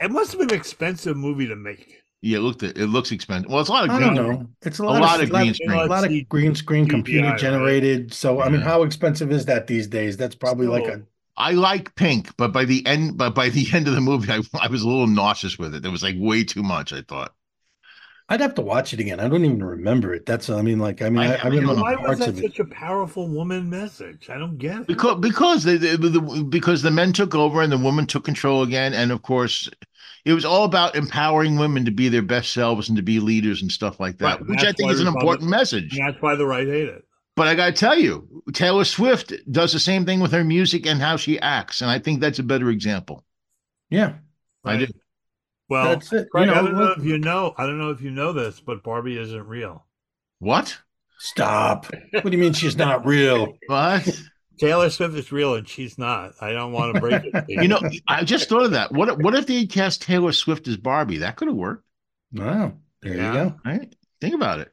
it must have been an expensive movie to make. Yeah, it looked it looks expensive. Well, it's a lot of I green. don't know. It's a A lot, lot of, of green screen. a lot C- of green screen, CGI, computer right? generated. So I mean, Yeah. how expensive is that these days? That's probably like a So, I like pink, but by the end, but by the end of the movie, I, I was a little nauseous with it. There was like way too much. I thought. I'd have to watch it again. I don't even remember it. That's I mean, like I mean, I, I- I I mean, remember Why was parts that of it. such a powerful woman message? I don't get it. because because they, they- the because the men took over and the women took control again and of course it was all about empowering women to be their best selves and to be leaders and stuff like that Right, and which i that's think why is an Republic- important message And that's why the right hate it. but i gotta tell you taylor swift does the same thing with her music and how she acts and i think that's a better example Yeah, I did. Well, That's it. You Craig, I know, don't know look- if you know. I don't know if you know this, but Barbie isn't real. what Stop. What do you mean she's not real? what Taylor Swift is real, and she's not. I don't want to break it. to you know i just thought of that what if- what if they had cast taylor swift as barbie that could have worked Wow. There Yeah. you go. right think about it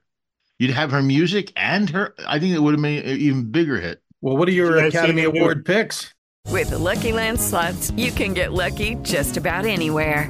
You'd have her music and her. I think it would have made an even bigger hit. Well, what are your Yeah, I see Academy you do. Award picks? With the Lucky Land slots, you can get lucky just about anywhere.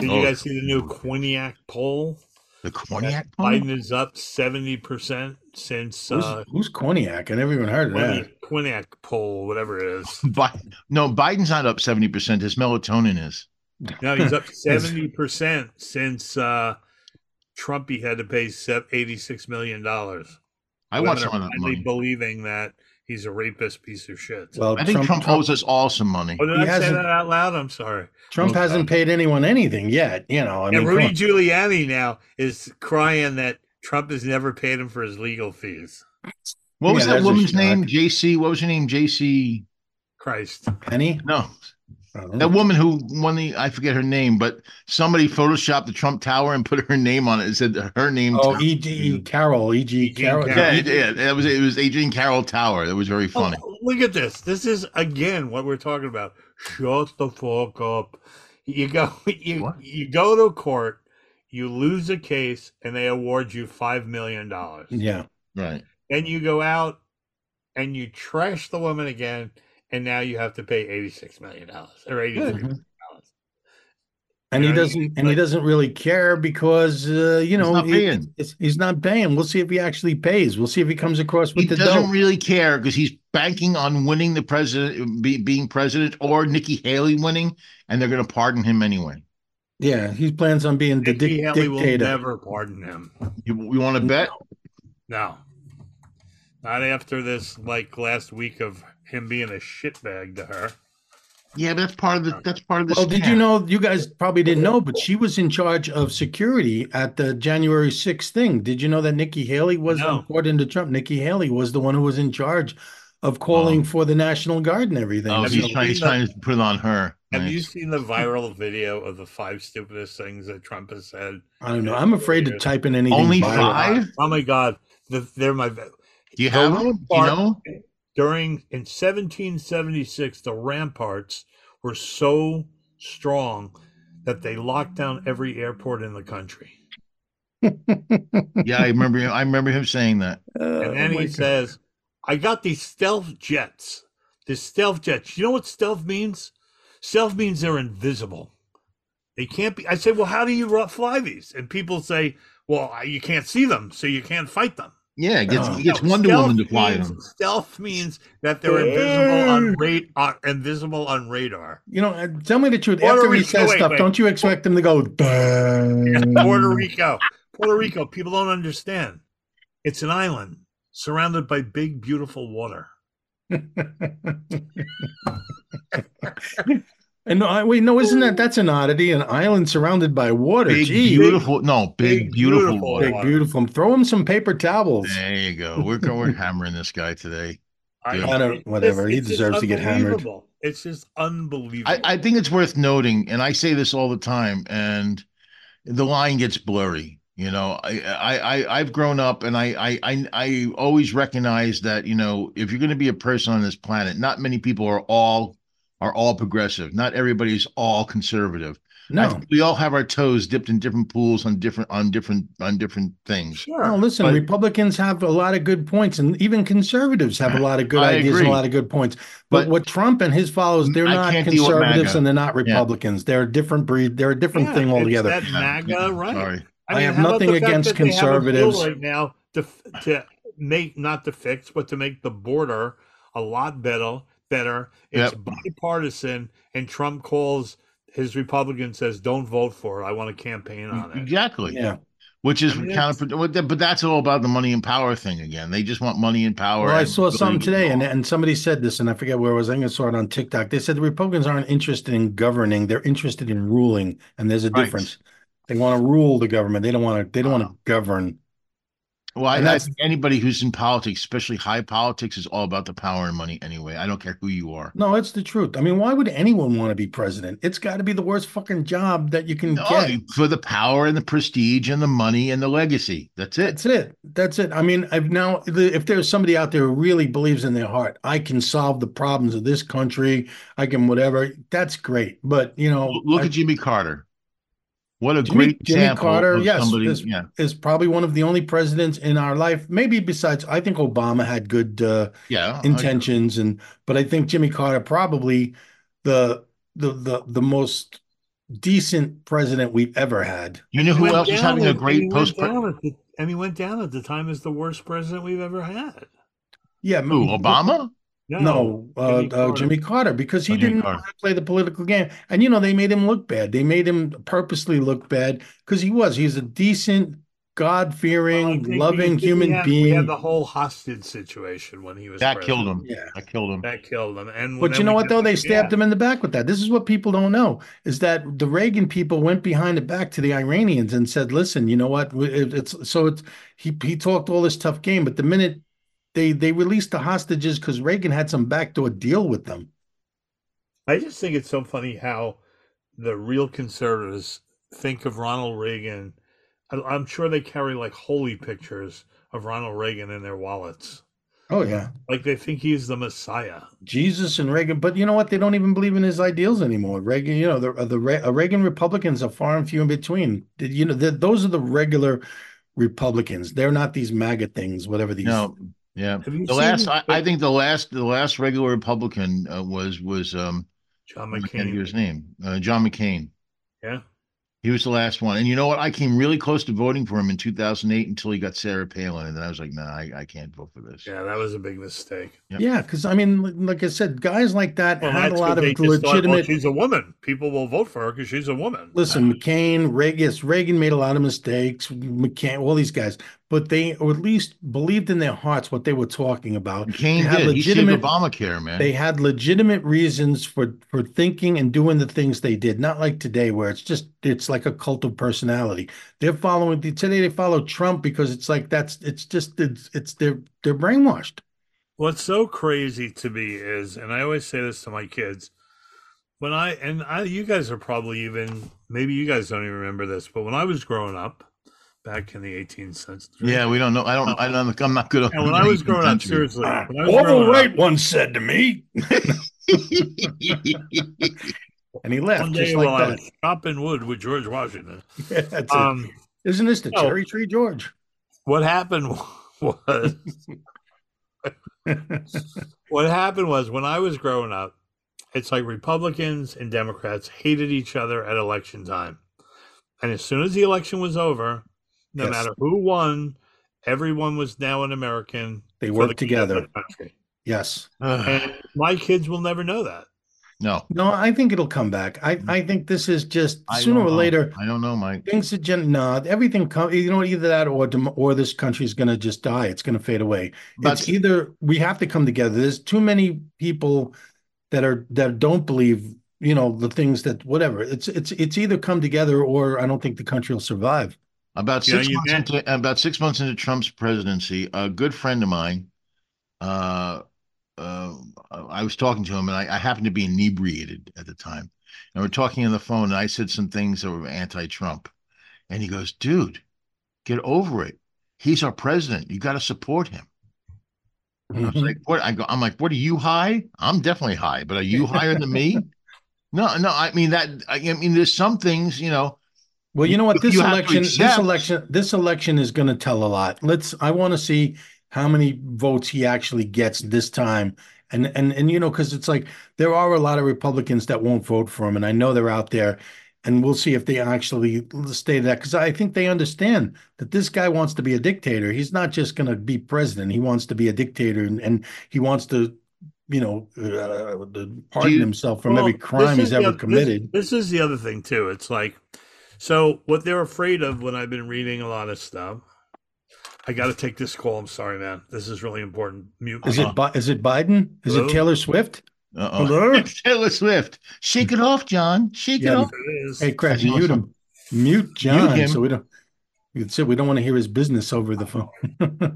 Did Oh. you guys see the new Quiniac poll? The Corniac Biden is up 70% since Who's, uh, who's Cognac? I never even heard of Quini- that. Quiniac poll, whatever it is. Biden, no, Biden's not up seventy percent. His melatonin is. No, he's up 70% since uh, Trumpy had to pay se- $86 million. I want some of that money. believing that he's a rapist piece of shit. Well, I think Trump, owes us all some money. oh, did he I say hasn't- that out loud? I'm sorry. Trump Okay. hasn't paid anyone anything yet. You know, I mean, and come Rudy on. Giuliani now is crying that Trump has never paid him for his legal fees. What was Yeah, that there's a woman's shock. name? JC. What was her name? JC. Christ. Penny. No, I don't that know. woman who won the. I forget her name, but somebody photoshopped the Trump Tower and put her name on it and said her name. Oh, Tower. Mm. E.G. Carroll. E.G. E.G. Carroll. Carroll. yeah, it, yeah, that was it. Was Adrian Carroll Tower? That was very funny. Oh, look at this. This is again what we're talking about. Shut the fuck up. You go you What? you go to court, you lose a case, and they award you five million dollars. Yeah. Right. Then you go out and you trash the woman again, and now you have to pay eighty six million dollars or eighty three million dollars. And he Yeah, I mean, doesn't, and he like- doesn't really care because uh, you know not he- paying. it's- he's not paying. We'll see if he actually pays. We'll see if he comes across with He the doesn't dough. really care because he's banking on winning the president, be, being president, or Nikki Haley winning, and they're going to pardon him anyway. yeah, he plans on being the Nikki dic- Haley will dictator. never pardon him. You, you want to bet? No. Not after this like last week of him being a shitbag to her. Yeah, but that's part of the. That's part of the. Well, did you scam. know? You guys probably didn't know, but she was in charge of security at the January 6th thing. Did you know that Nikki Haley was, No. according to Trump, Nikki Haley was the one who was in charge of calling Oh. for the National Guard and everything. Oh, Have So- he's you trying, seen he's the- trying to put it on her. Have Nice. you seen the viral video of the five stupidest things that Trump has said? I don't know. I'm afraid to type in anything. Only viral. five? Oh my God, the, they're my Do you have The them? one Do you part- know? during in 1776 the ramparts were so strong that they locked down every airport in the country. Yeah, I remember. I remember him saying that. and then he says, I got these stealth jets. These stealth jets. You know what stealth means? Stealth means they're invisible. They can't be. I say, well, how do you ru- fly these? And people say, well, I- you can't see them, so you can't fight them. Yeah, it gets, Oh. it gets No, Wonder stealth Woman to fly means- them. Stealth means that they're invisible on radar. invisible on radar. You know, uh, tell me the truth. Puerto After he Rico- says wait, stuff, wait. don't you expect him to go? Mm. Puerto Rico, Puerto Rico. People don't understand. It's an island surrounded by big, beautiful water. And I, wait, no, isn't that that's an oddity? An island surrounded by water. Big, Gee, beautiful. No, big, big, beautiful. beautiful. water. big, beautiful. Throw him some paper towels. There you go. We're go- we're hammering this guy today. I, I don't- it's whatever, he just deserves to get hammered. unbelievable. It's just unbelievable. I, I think it's worth noting, and I say this all the time, and the line gets blurry. You know, I I, I I've grown up, and I I I, I always recognize that you know if you're going to be a person on this planet, not many people are all are all progressive. Not everybody's all conservative. I No, think we all have our toes dipped in different pools on different on different on different things. sure. no. Listen, but- Republicans have a lot of good points, and even conservatives have a lot of good I ideas and agree. a lot of good points. But, But- what Trump and his followers—they're I not can't deal with conservatives MAGA. and they're not Republicans. They're a different breed. They're a different Yeah, thing it's altogether. That MAGA, Yeah, right? Sorry. I have how about the nothing fact against that they have a bill conservatives. right now to f- to make not to fix, but to make the border a lot better. Better. It's Yep. bipartisan, and Trump calls his Republicans says, "Don't vote for it. I want to campaign on it." Exactly. Yeah. Which is I mean, that's- counterproductive, but that's all about the money and power thing again. They just want money and power. Well, I and saw ability something to today, and, control. and somebody said this, and I forget where it was. I think I saw it on TikTok. They said the Republicans aren't interested in governing; they're interested in ruling, and there's a Right. Uh-huh. difference. They want to rule the government. They don't want to. They don't want to govern. Well, I, And I that's- think anybody who's in politics, especially high politics, is all about the power and money anyway. I don't care who you are. No, it's the truth. I mean, why would anyone want to be president? It's got to be the worst fucking job that you can No, get. Oh, for the power and the prestige and the money and the legacy. That's it. That's it. That's it. I mean, I've now, the- if there's somebody out there who really believes in their heart, I can solve the problems of this country. I can whatever. That's great. But you know, Look I- at Jimmy Carter. What a Jimmy, great Jimmy example Carter, of yes, somebody. is, yeah. is probably one of the only presidents in our life. Maybe besides, I think Obama had good uh, Yeah, I- intentions, and but I think Jimmy Carter probably the the the the most decent president we've ever had. You know He who went else is down having a at- he great went post? down at the- And he went down at the time as the worst president we've ever had. Yeah, Who, Obama? No, uh, Jimmy uh, Carter. Jimmy Carter, because he Oh, Jimmy didn't know Carter. how to play the political game. And you know, they made him look bad. They made him purposely look bad because he was. He's a decent, I God-fearing, think we- I loving think we human had- We being. had the whole hostage situation when he was That president. killed him. Yeah. That killed him. That killed him. And But then you know we what had- though? They yeah. stabbed him in the back with that. This is what people don't know is that the Reagan people went behind the back to the Iranians and said, "Listen, you know what? We- it- It's so it's he he talked all this tough game, but the minute they they released the hostages because Reagan had some backdoor deal with them. I just think it's so funny how the real conservatives think of Ronald Reagan. I- I'm sure they carry like holy pictures of Ronald Reagan in their wallets. Oh yeah, Like they think he's the Messiah. Jesus and Reagan. But you know what? They don't even believe in his ideals anymore. Reagan, you know, the the Re- uh, Reagan Republicans are far and few in between. Did- You know, the, those are the regular Republicans. They're not these MAGA things, whatever these. No, yeah. Have you The seen last, I, I think the last, the last regular Republican uh, was was um, John I can't hear his McCain? name, uh, John McCain. Yeah. He was the last one, and you know what? I came really close to voting for him in 2008 until he got Sarah Palin, and then I was like, "No, nah, I, I can't vote for this." Yeah, that was a big mistake. Yep. Yeah, because I mean, li- like I said, guys like that Well, had a that's 'cause lot of they just thought, well, legitimate. she's a woman. People will vote for her because she's a woman. listen, McCain, Reagan, yes, Reagan made a lot of mistakes. McCain, all these guys, but they or at least believed in their hearts what they were talking about. they McCain had did. He saved legitimate. Obamacare, man. They had legitimate reasons for for thinking and doing the things they did. Not like today, where it's just it's like a cult of personality. They're following today. They follow Trump because it's like that's it's just it's it's they're they're brainwashed. What's so crazy to me is, and I always say this to my kids, when I and I, you guys are probably even maybe you guys don't even remember this, but when I was growing up, back in the 18th century, yeah, we don't know. I don't. I don't. I'm not good. on and when I was growing up, country. seriously, when I was Ah, Orville growing Wright up, once said to me, and he left one just day like while I that. was chopping wood with George Washington, Yeah, that's it. um, Isn't this the no. cherry tree, George? what happened was what happened was when I was growing up, it's like Republicans and Democrats hated each other at election time. And as soon as the election was over, no Yes. matter who won, everyone was now an American. They for work the good of together. Uh-huh. the country. Yes. And my kids will never know that. no, No, I think it'll come back. I, Hmm. I think this is just I sooner don't or know. later. I don't know, Mike. Things are gen no, everything comes. You know, either that or dem- or this country's going to just die. It's going to fade away. That's- it's either we have to come together. There's too many people that are that don't believe. You know, the things that whatever. It's it's it's either come together or I don't think the country will survive. About Yeah, six you months bet. into about six months into Trump's presidency, a good friend of mine, uh, uh, I was talking to him, and I, I happened to be inebriated at the time, and we're talking on the phone, and I said some things that were anti-Trump, and he goes, "Dude, get over it. He's our president. You got to support him." And I was like, "What?" I go, "I'm like, what are you high? I'm definitely high, but are you higher than me?" No, no. I mean that. I, I mean, there's some things, you know. Well, you know You- what? This you have to election, this accept- election, this election is going to tell a lot. Let's. I want to see how many votes he actually gets this time, and and and you know, because it's like there are a lot of Republicans that won't vote for him, and I know they're out there, and we'll see if they actually stay that. Because I think they understand that this guy wants to be a dictator. He's not just going to be president. He wants to be a dictator, and, and he wants to, you know, uh, pardon you- himself from Well, every this crime is he's the ever oth- this- committed. This, is the other thing too. It's like, so what they're afraid of when I've been reading a lot of stuff. I got to take this call. I'm sorry, man. This is really important. Mute. Is me. Uh-huh. it Bi- is it Biden? Is Hello? it Taylor Swift? Uh-oh. Hello? Taylor Swift. Shake it off, John. Shake it Yeah, off. It is. Hey, Crash, That's mute him. Mute John him. so we don't. That's it. We don't want to hear his business over the phone.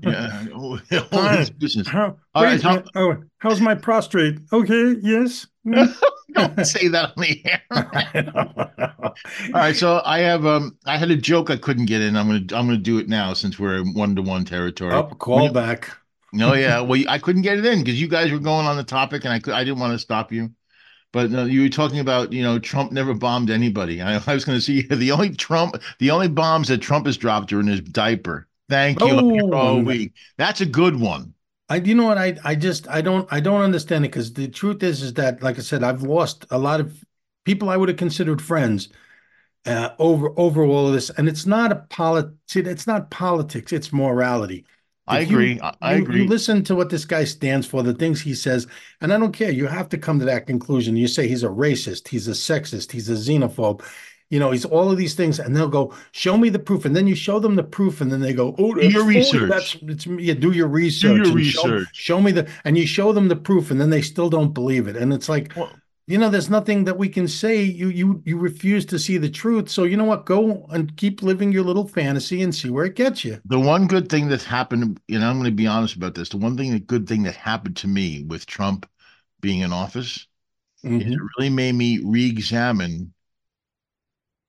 yeah. Oh, Hi. his business. How, All right, wait, how- oh, how's my prostrate? Okay, yes. Mm. Don't say that on the air. All right, so I have um I had a joke I couldn't get in. I'm gonna I'm gonna do it now since we're in one to one territory. Up, Oh, call back. No, yeah. Well, you- I couldn't get it in because you guys were going on the topic, and I could I didn't want to stop you. But no, you were talking about you know Trump never bombed anybody. I, I was going to see the only Trump the only bombs that Trump has dropped are in his diaper. Thank you. Oh. all week. That's a good one. I, you know what? I, I just, I don't, I don't understand it because the truth is, is that, like I said, I've lost a lot of people I would have considered friends uh, over, over all of this, and it's not a polit, see, it's not politics, it's morality. I If you- agree. I- I you- you agree. listen to what this guy stands for, the things he says, and I don't care. You have to come to that conclusion. You say he's a racist, he's a sexist, he's a xenophobe. You know, he's all of these things, and they'll go, "Show me the proof," and then you show them the proof, and then they go, "Oh, Do your oh, research. That's it's yeah. Do your research. your and show- research. Show, me the and you show them the proof, and then they still don't believe it. And it's like, you know, there's nothing that we can say. You you you refuse to see the truth. So you know what? Go and keep living your little fantasy and see where it gets you. The one good thing that's happened, and I'm going to be honest about this, the one thing, the good thing that happened to me with Trump being in office, is Mm-hmm. it really made me re-examine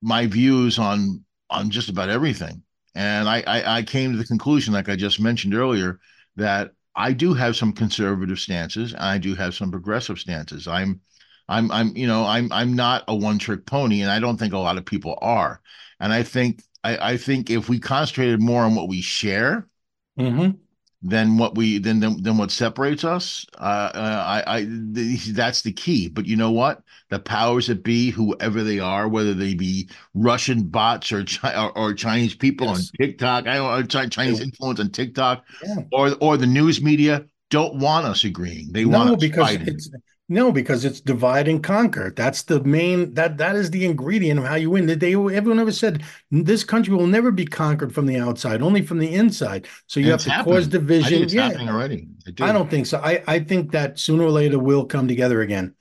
my views on on just about everything. And I, I I came to the conclusion, like I just mentioned earlier, that I do have some conservative stances, and I do have some progressive stances. I'm I'm I'm you know I'm I'm not a one trick pony, and I don't think a lot of people are. And I think I, I think if we concentrated more on what we share Mm-hmm. than what we than than, than what separates us, uh, uh, I I th- that's the key. But you know what? The powers that be, whoever they are, whether they be Russian bots or Chi- or, or Chinese people Yes. on TikTok, I don't know, Chi- Chinese Yeah. influence on TikTok, Yeah. or or the news media don't want us agreeing. They want No, us because fighting. it's no, because it's divide and conquer. That's the main that that is the ingredient of how you win. They everyone ever said this country will never be conquered from the outside, only from the inside. So you And have it's to happening. cause I think division. it's Yeah, happening already. I, do. I don't think so. I I think that sooner or later we'll come together again.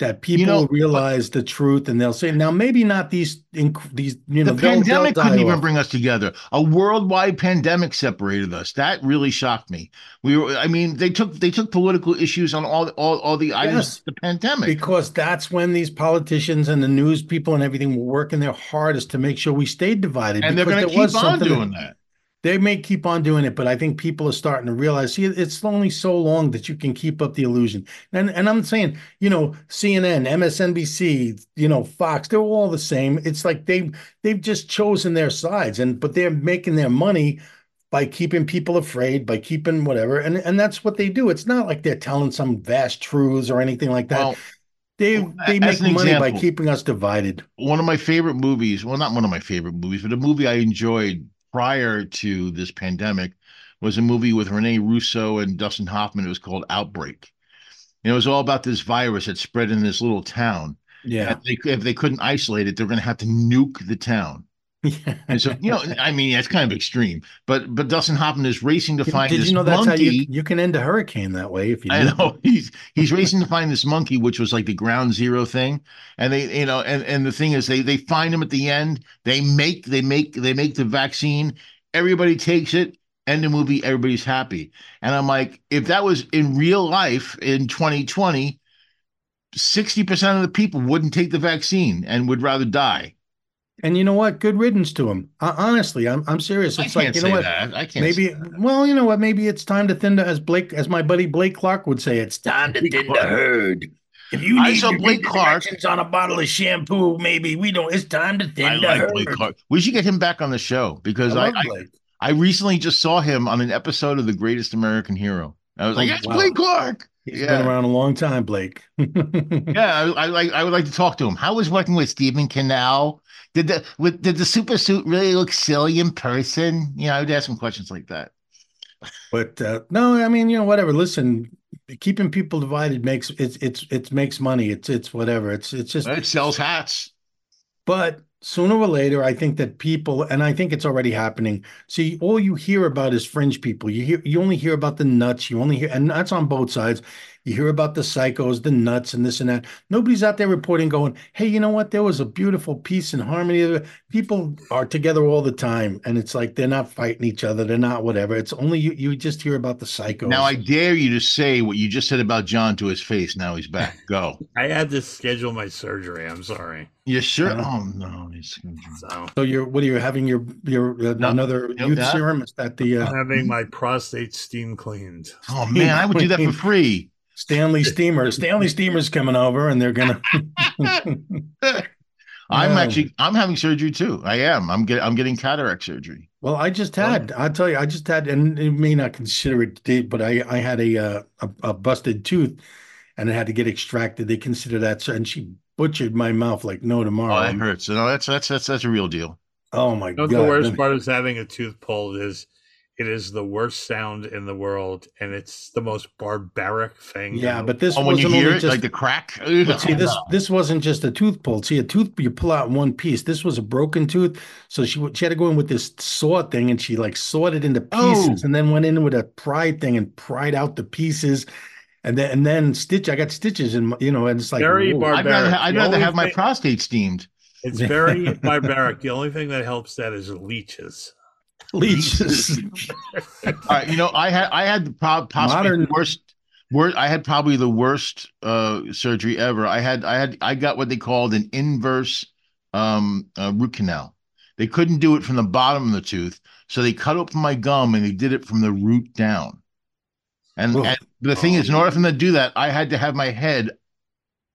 That people know, will realize the truth and they'll say, now maybe not these inc- these you know the they'll- they'll pandemic couldn't die even off. bring us together. A worldwide pandemic separated us. That really shocked me. We were, I mean, they took they took political issues on all all, all the items. Yes. of The pandemic. Because that's when these politicians and the news people and everything were working their hardest to make sure we stayed divided. and they're because going to there was keep on something doing that. They may keep on doing it, but I think people are starting to realize, see, it's only so long that you can keep up the illusion. And and I'm saying, you know, CNN, MSNBC, you know, Fox, they're all the same. It's like they they've just chosen their sides and but they're making their money by keeping people afraid, by keeping whatever. And and that's what they do. It's not like they're telling some vast truths or anything like that. Well, They they make as an money by example- keeping us divided. one of my favorite movies, well, not one of my favorite movies, but a movie I enjoyed prior to this pandemic was a movie with Rene Russo and Dustin Hoffman. It was called Outbreak. And it was all about this virus that spread in this little town. Yeah. If they, if they couldn't isolate it, they're going to have to nuke the town. And so, you know, I mean, that's kind of extreme, but but Dustin Hoffman is racing to find Did this you know that's how monkey. you you can end a hurricane that way if you I do. know he's he's racing to find this monkey, which was like the ground zero thing. And they, you know, and and the thing is, they they find him at the end. They make they make they make the vaccine. Everybody takes it. End the movie. Everybody's happy. And I'm like, if that was in real life in 2020, 60 percent of the people wouldn't take the vaccine and would rather die. And you know what? Good riddance to him. I, honestly, I'm I'm serious. I It's can't like you say know what? that. I can't. say Maybe well, you know what? Maybe it's time to thin the as Blake as my buddy Blake Clark would say. It's time to thin the herd. If you I need saw to read Blake the Clark- directions on a bottle of shampoo, maybe we don't. It's time to thin I the like herd. Blake Clark. We should get him back on the show because I I love I, Blake. I recently just saw him on an episode of The Greatest American Hero. I was like, Oh, that's wow. Blake Clark. He's yeah. been around a long time, Blake. Yeah, I, I like. I would like to talk to him. How was working with Stephen Canal? Did the with, did the super suit really look silly in person? You know, I would ask him questions like that. But uh, no, I mean, you know, whatever. Listen, keeping people divided makes it's it's it makes money. It's it's whatever. It's it's just It sells hats. But sooner or later, I think that people, and I think it's already happening. See, all you hear about is fringe people. You hear, you only hear about the nuts. You only hear, and that's on both sides. You hear about the psychos, the nuts, and this and that. Nobody's out there reporting, going, "Hey, you know what? There was a beautiful peace and harmony. People are together all the time, and it's like they're not fighting each other. They're not whatever. It's only you. You just hear about the psychos." Now I dare you to say what you just said about John to his face. Now he's back. Go. I had to schedule my surgery. I'm sorry. You sure? Yeah. Oh no. he's- So so you're what are you having your your uh, another Yep, youth that- serum? Is that the uh, I'm having my prostate steam cleaned. Oh man, I would do that for free. Stanley Steamer? Stanley Steamer's coming over, and they're gonna. I'm Yeah. actually I'm having surgery too. I am. I'm getting I'm getting cataract surgery. Well, I just had, I'll tell you, I just had, and you may not consider it, date, but I, I had a, uh, a a busted tooth, and it had to get extracted. They consider that, so, and she butchered my mouth like no Oh, tomorrow. that hurts. No, that's that's that's that's a real deal. Oh my You know what God! the worst Let me- part is having a tooth pulled is it is the worst sound in the world and it's the most barbaric thing. Yeah, but this Oh, when you wasn't hear only it, just. like the crack. But see, this this wasn't just a tooth pull. See, a tooth you pull out in one piece. This was a broken tooth, so she w- she had to go in with this saw thing, and she like sawed it into pieces, Oh. and then went in with a pry thing and pried out the pieces, and then and then stitch. I got stitches in, my, you know, and it's like Very whoa. barbaric. I'd rather ha- I'd The rather only have my thing- prostate steamed. it's very barbaric. The only thing that helps that is leeches. leeches. All right, you know, I had I had the prob- possibly Modern- the worst. Wor- I had probably the worst uh, surgery ever. I had I had I got what they called an inverse um, uh, root canal. They couldn't do it from the bottom of the tooth, so they cut open my gum and they did it from the root down. And, Oof. and the thing is, in order for them to do that, I had to have my head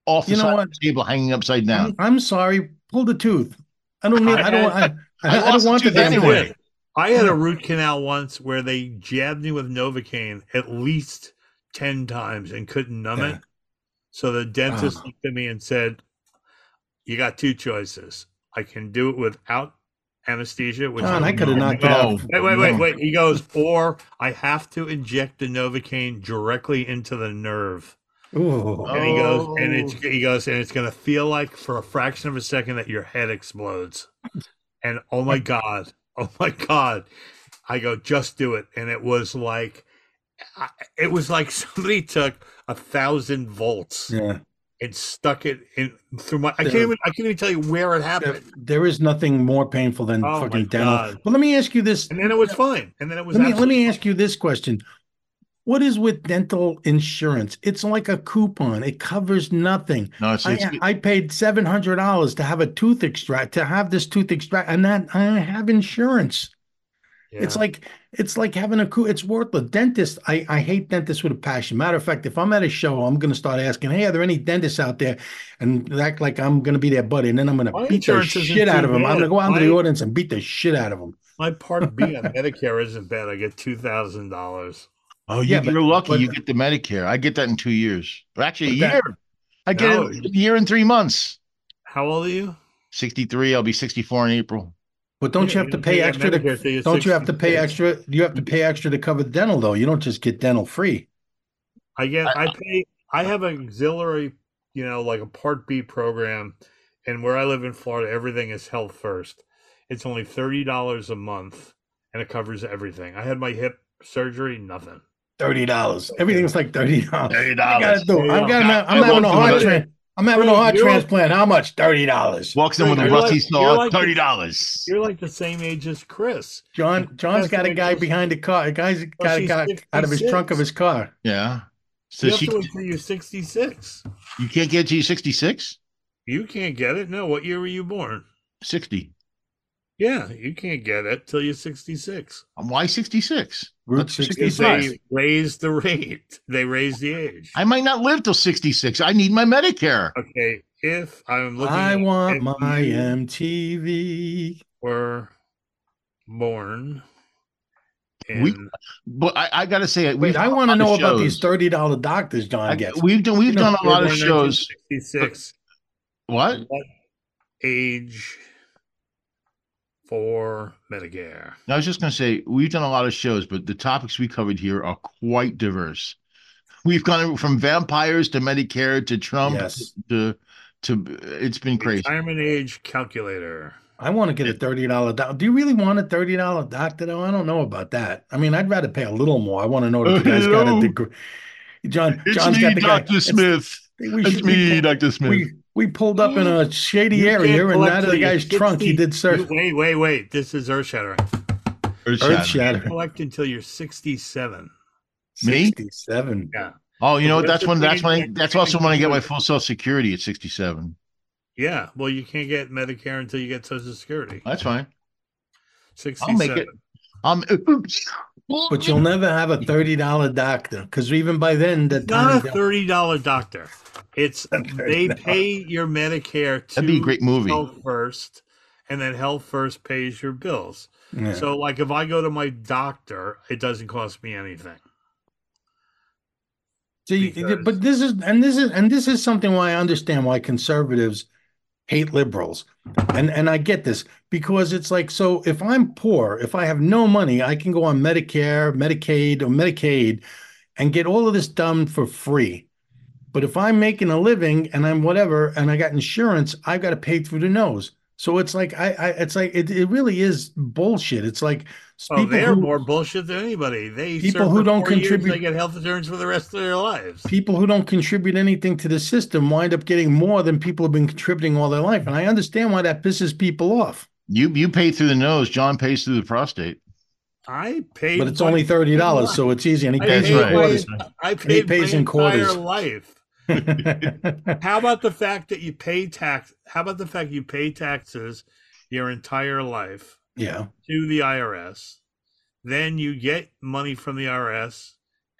off the You know side of what? the table, hanging upside I'm, down. I'm sorry, pull the tooth. I don't need. I don't. I, I, I I don't lost the want the tooth damn thing. anyway. I had a root canal once where they jabbed me with Novocaine at least 10 times and couldn't numb Yeah. it. So the dentist Ah. looked at me and said, You got two choices. I can do it without anesthesia, which John, I could have knocked it No. out. Wait, wait, No. wait, wait. He goes, or I have to inject the Novocaine directly into the nerve. Ooh. Oh. And he goes, and it's Oh. he goes, and it's gonna feel like for a fraction of a second that your head explodes. And oh my god, oh my god, I go, just do it. And it was like, I- it was like somebody took a thousand volts Yeah. and stuck it in through my. I can't Dude. even. I can't even tell you where it happened. There is nothing more painful than Oh my fucking dental. God. But let me ask you this. And then it was fine. And then it was. Let me, let absolutely me ask you this question. What is with dental insurance? It's like a coupon. It covers nothing. No, it's, it's, I, I paid seven hundred dollars to have a tooth extract to have this tooth extract, and that I have insurance. It's Yeah. like it's like having a coup. It's worthless. Dentist, I, I hate dentists with a passion. Matter of fact, if I'm at a show, I'm gonna start asking, hey, are there any dentists out there? And act like I'm gonna be their buddy, and then I'm gonna My beat the insurance isn't shit too out of them. I'm gonna bad. go out into the My- audience and beat the shit out of them. my part B on Medicare isn't bad. I get two thousand dollars. oh, you, yeah, but- you're lucky but- you get the Medicare. I get that in two years, or actually But a that- year. I get No. it a year and three months. How old are you? 63. I'll be 64 in April. But don't Yeah, you you have to don't pay pay that extra to Medicare till you're don't you have to pay 66. extra? You have to pay extra to cover dental though. You don't just get dental free. I get I pay I have an auxiliary, you know, like a part B program and where I live in Florida, everything is health first. It's only thirty dollars a month and it covers everything. I had my hip surgery, nothing. Thirty dollars. Everything's like thirty dollars. $30. Oh, I gotta do. it. I've got. Yeah. I'm I having walked a in heart with a- transplant. I'm having a Dude, heart you're- transplant. How much? Thirty dollars. Walks in with a You're rusty like- saw. you're like- Thirty dollars. You're like the same age as Chris. John. John's That's got a what guy it is. behind the car. A guy's got a she's guy out of his trunk of 56. his car. Yeah. So You have she, to wait till you're sixty six. you can't get to 66, You can't get it. No, what year were you born? 60. Yeah, you can't get it till you're sixty six. Why 66? Route That's 66. They raised the rate. They raised the age. I might not live till 66. I need my Medicare. okay, if I'm looking I at want if my you- MTV. were born. We- in- But I, I gotta say, we've Wait, I done a want to lot of know about these shows. thirty dollar doctors John I, gets. we've done we've know, done a were lot of born in shows. 1966. What? What age for Medicare? I was just gonna say we've done a lot of shows, but the topics we covered here are quite diverse. We've gone from vampires to Medicare to Trump Yes. to to it's been crazy. Retirement age calculator. I want to get a thirty dollar doctor. Do you really want a thirty dollar doctor though? I don't know about that. I mean, I'd rather pay a little more. I want to know that the guy's got a Hello. degree. John, It's John's me, got the guy. Dr. Smith. we It's should- me, Dr. Smith. We, we pulled up in a shady You can't area and collect out of the till you guy's get trunk he the- did surf. Wait, wait, wait. This is earth shattering. Earth shattering. Collect until you're 67. Me? 67. Yeah. Oh, you know what? That's That's when. the That's when. I, thing. that's also when I get my full social security at sixty-seven. Yeah. Well, you can't get Medicare until you get Social Security. That's fine. 67. I'll make it. Um, But you'll never have a thirty dollar doctor because even by then the Not Tommy a John- thirty dollar doctor. It's they pay your Medicare to That'd be a great movie. Health First, and then Health First pays your bills. Yeah. So, like, if I go to my doctor, it doesn't cost me anything. So you- because- but this is and this is and this is something why I understand why conservatives hate liberals. And and I get this because it's like so if I'm poor, if I have no money, I can go on Medicare, Medicaid, or Medicaid and get all of this done for free. But if I'm making a living and I'm whatever and I got insurance, I've got to pay through the nose. So it's like I, I it's like it, it really is bullshit. It's like Oh, they're who- more bullshit than anybody. They People serve who for don't four years, contribute- they get health insurance for the rest of their lives. people who don't contribute anything to the system wind up getting more than people have been contributing all their life. And I understand why that pisses people off. you you pay through the nose. John pays through the prostate. I paid, But it's my- only thirty dollars, so it's easy. And he I pays paid in right. quarters. my- I And he paid pays my in quarters. entire life. How about the fact that you pay tax? How about the fact you pay taxes your entire life yeah. to the IRS, then you get money from the IRS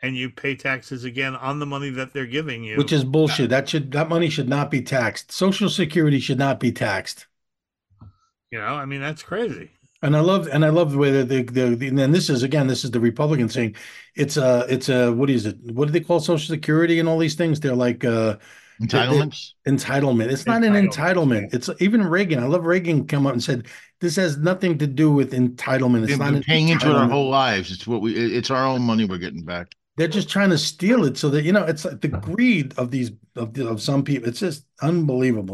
and you pay taxes again on the money that they're giving you. Which is bullshit. That should that money should not be taxed. Social security should not be taxed. you know, I mean, that's crazy. And I love and I love the way that the, the, the and this is again this is the Republican saying it's a it's a what is it what do they call Social Security and all these things they're like uh they- they- Entitlements. entitlement. It's not an entitlement. It's even Reagan. I love Reagan come up and said this has nothing to do with entitlement. It's We've not been an paying into it our entitlement. whole lives. It's what we. it- It's our own money we're getting back. They're just trying to steal it so that you know it's like the greed of these of, the, of some people. It's just unbelievable.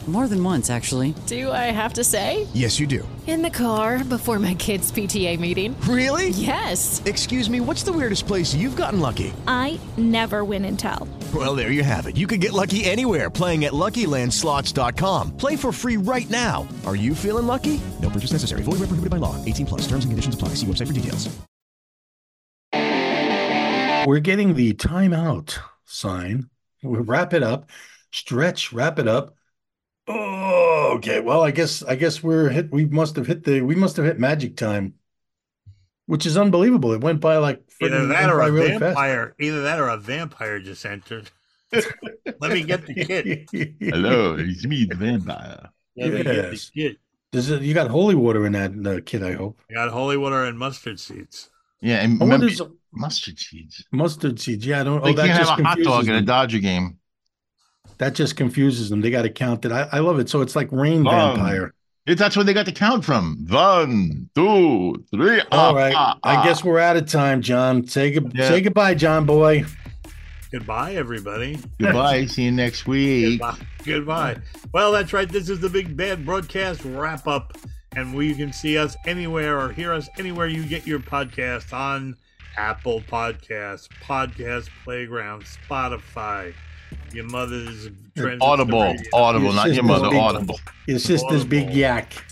More than once, actually. Do I have to say? Yes, you do. In the car before my kids' PTA meeting. Really? Yes. Excuse me, what's the weirdest place you've gotten lucky? I never win and tell. Well, there you have it. You can get lucky anywhere playing at LuckyLandSlots.com. Play for free right now. Are you feeling lucky? No purchase necessary. Void where prohibited by law. 18 plus. Terms and conditions apply. See website for details. We're getting the timeout sign. We wrap it up, stretch, wrap it up. Oh, okay. Well, I guess I guess we're hit. We must have hit the. We must have hit magic time, which is unbelievable. It went by like Either friggin- that went or by a really fast. vampire. Either that or a vampire just entered. Let me get the kid. Hello, it's me, the vampire. Let me get the Yes. kid. Does it, you got holy water in that uh, kid? I hope. I got holy water and mustard seeds. Yeah, and I wonder remember, is- mustard seeds. mustard seeds. Yeah, I don't. They oh, that can't have just a hot confuses dog at a them. Dodger game. That just confuses them. They got to count it. I, I love it. So it's like rain Vaughn. vampire. It- that's where they got the count from. One, two, three. All Ah, right. ah, I ah. guess we're out of time, John. Say good, Yeah. say goodbye, John boy. Goodbye, everybody. Goodbye. See you next week. Goodbye. Goodbye. Well, that's right. This is the Big Bad Broadcast wrap up, and we can see us anywhere or hear us anywhere you get your podcast on Apple Podcasts, Podcast Playground, Spotify, your mother's transistor Audible, radio. audible, not your sister's mother. big- Audible. Your sister's big Audible. yak.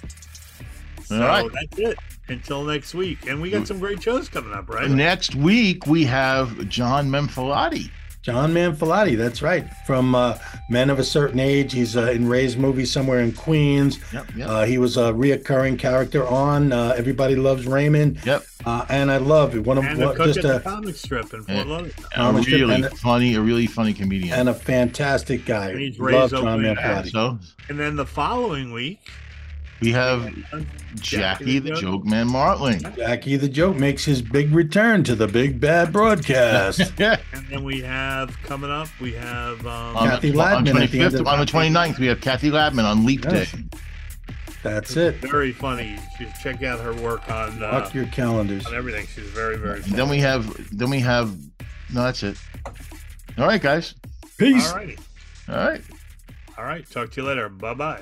So All right. that's it. Until next week, and we got some great shows coming up, right? Next week we have John Memphilati. John Manfilati, that's right. From uh, Men of a Certain Age. He's uh, in Ray's movie somewhere in Queens. Yep, yep. Uh, he was a reoccurring character on uh, Everybody Loves Raymond. Yep. Uh, and I love it. One of and one- the cook just at the a comic strip in Fort Lauderdale. A Thomas Strip really and- funny, a really funny comedian. and a fantastic guy. And he's Love raised John opening Manfilati. so And then the following week, we have Jackie the Joke Man Martling. Jackie the Joke makes his big return to the Big Bad Broadcast. Yeah. and then we have coming up, we have um, On Kathy the, on Ladman at the end 25th, of- on the 29th, we have Kathy Ladman on Leap Yes. Day. That's it. very funny. You should check out her work on uh, Fuck your calendars. on everything. She's very very And funny. then we have, then we have, no, that's it. All right, guys. Peace. All right, All right. all right. Talk to you later. Bye bye.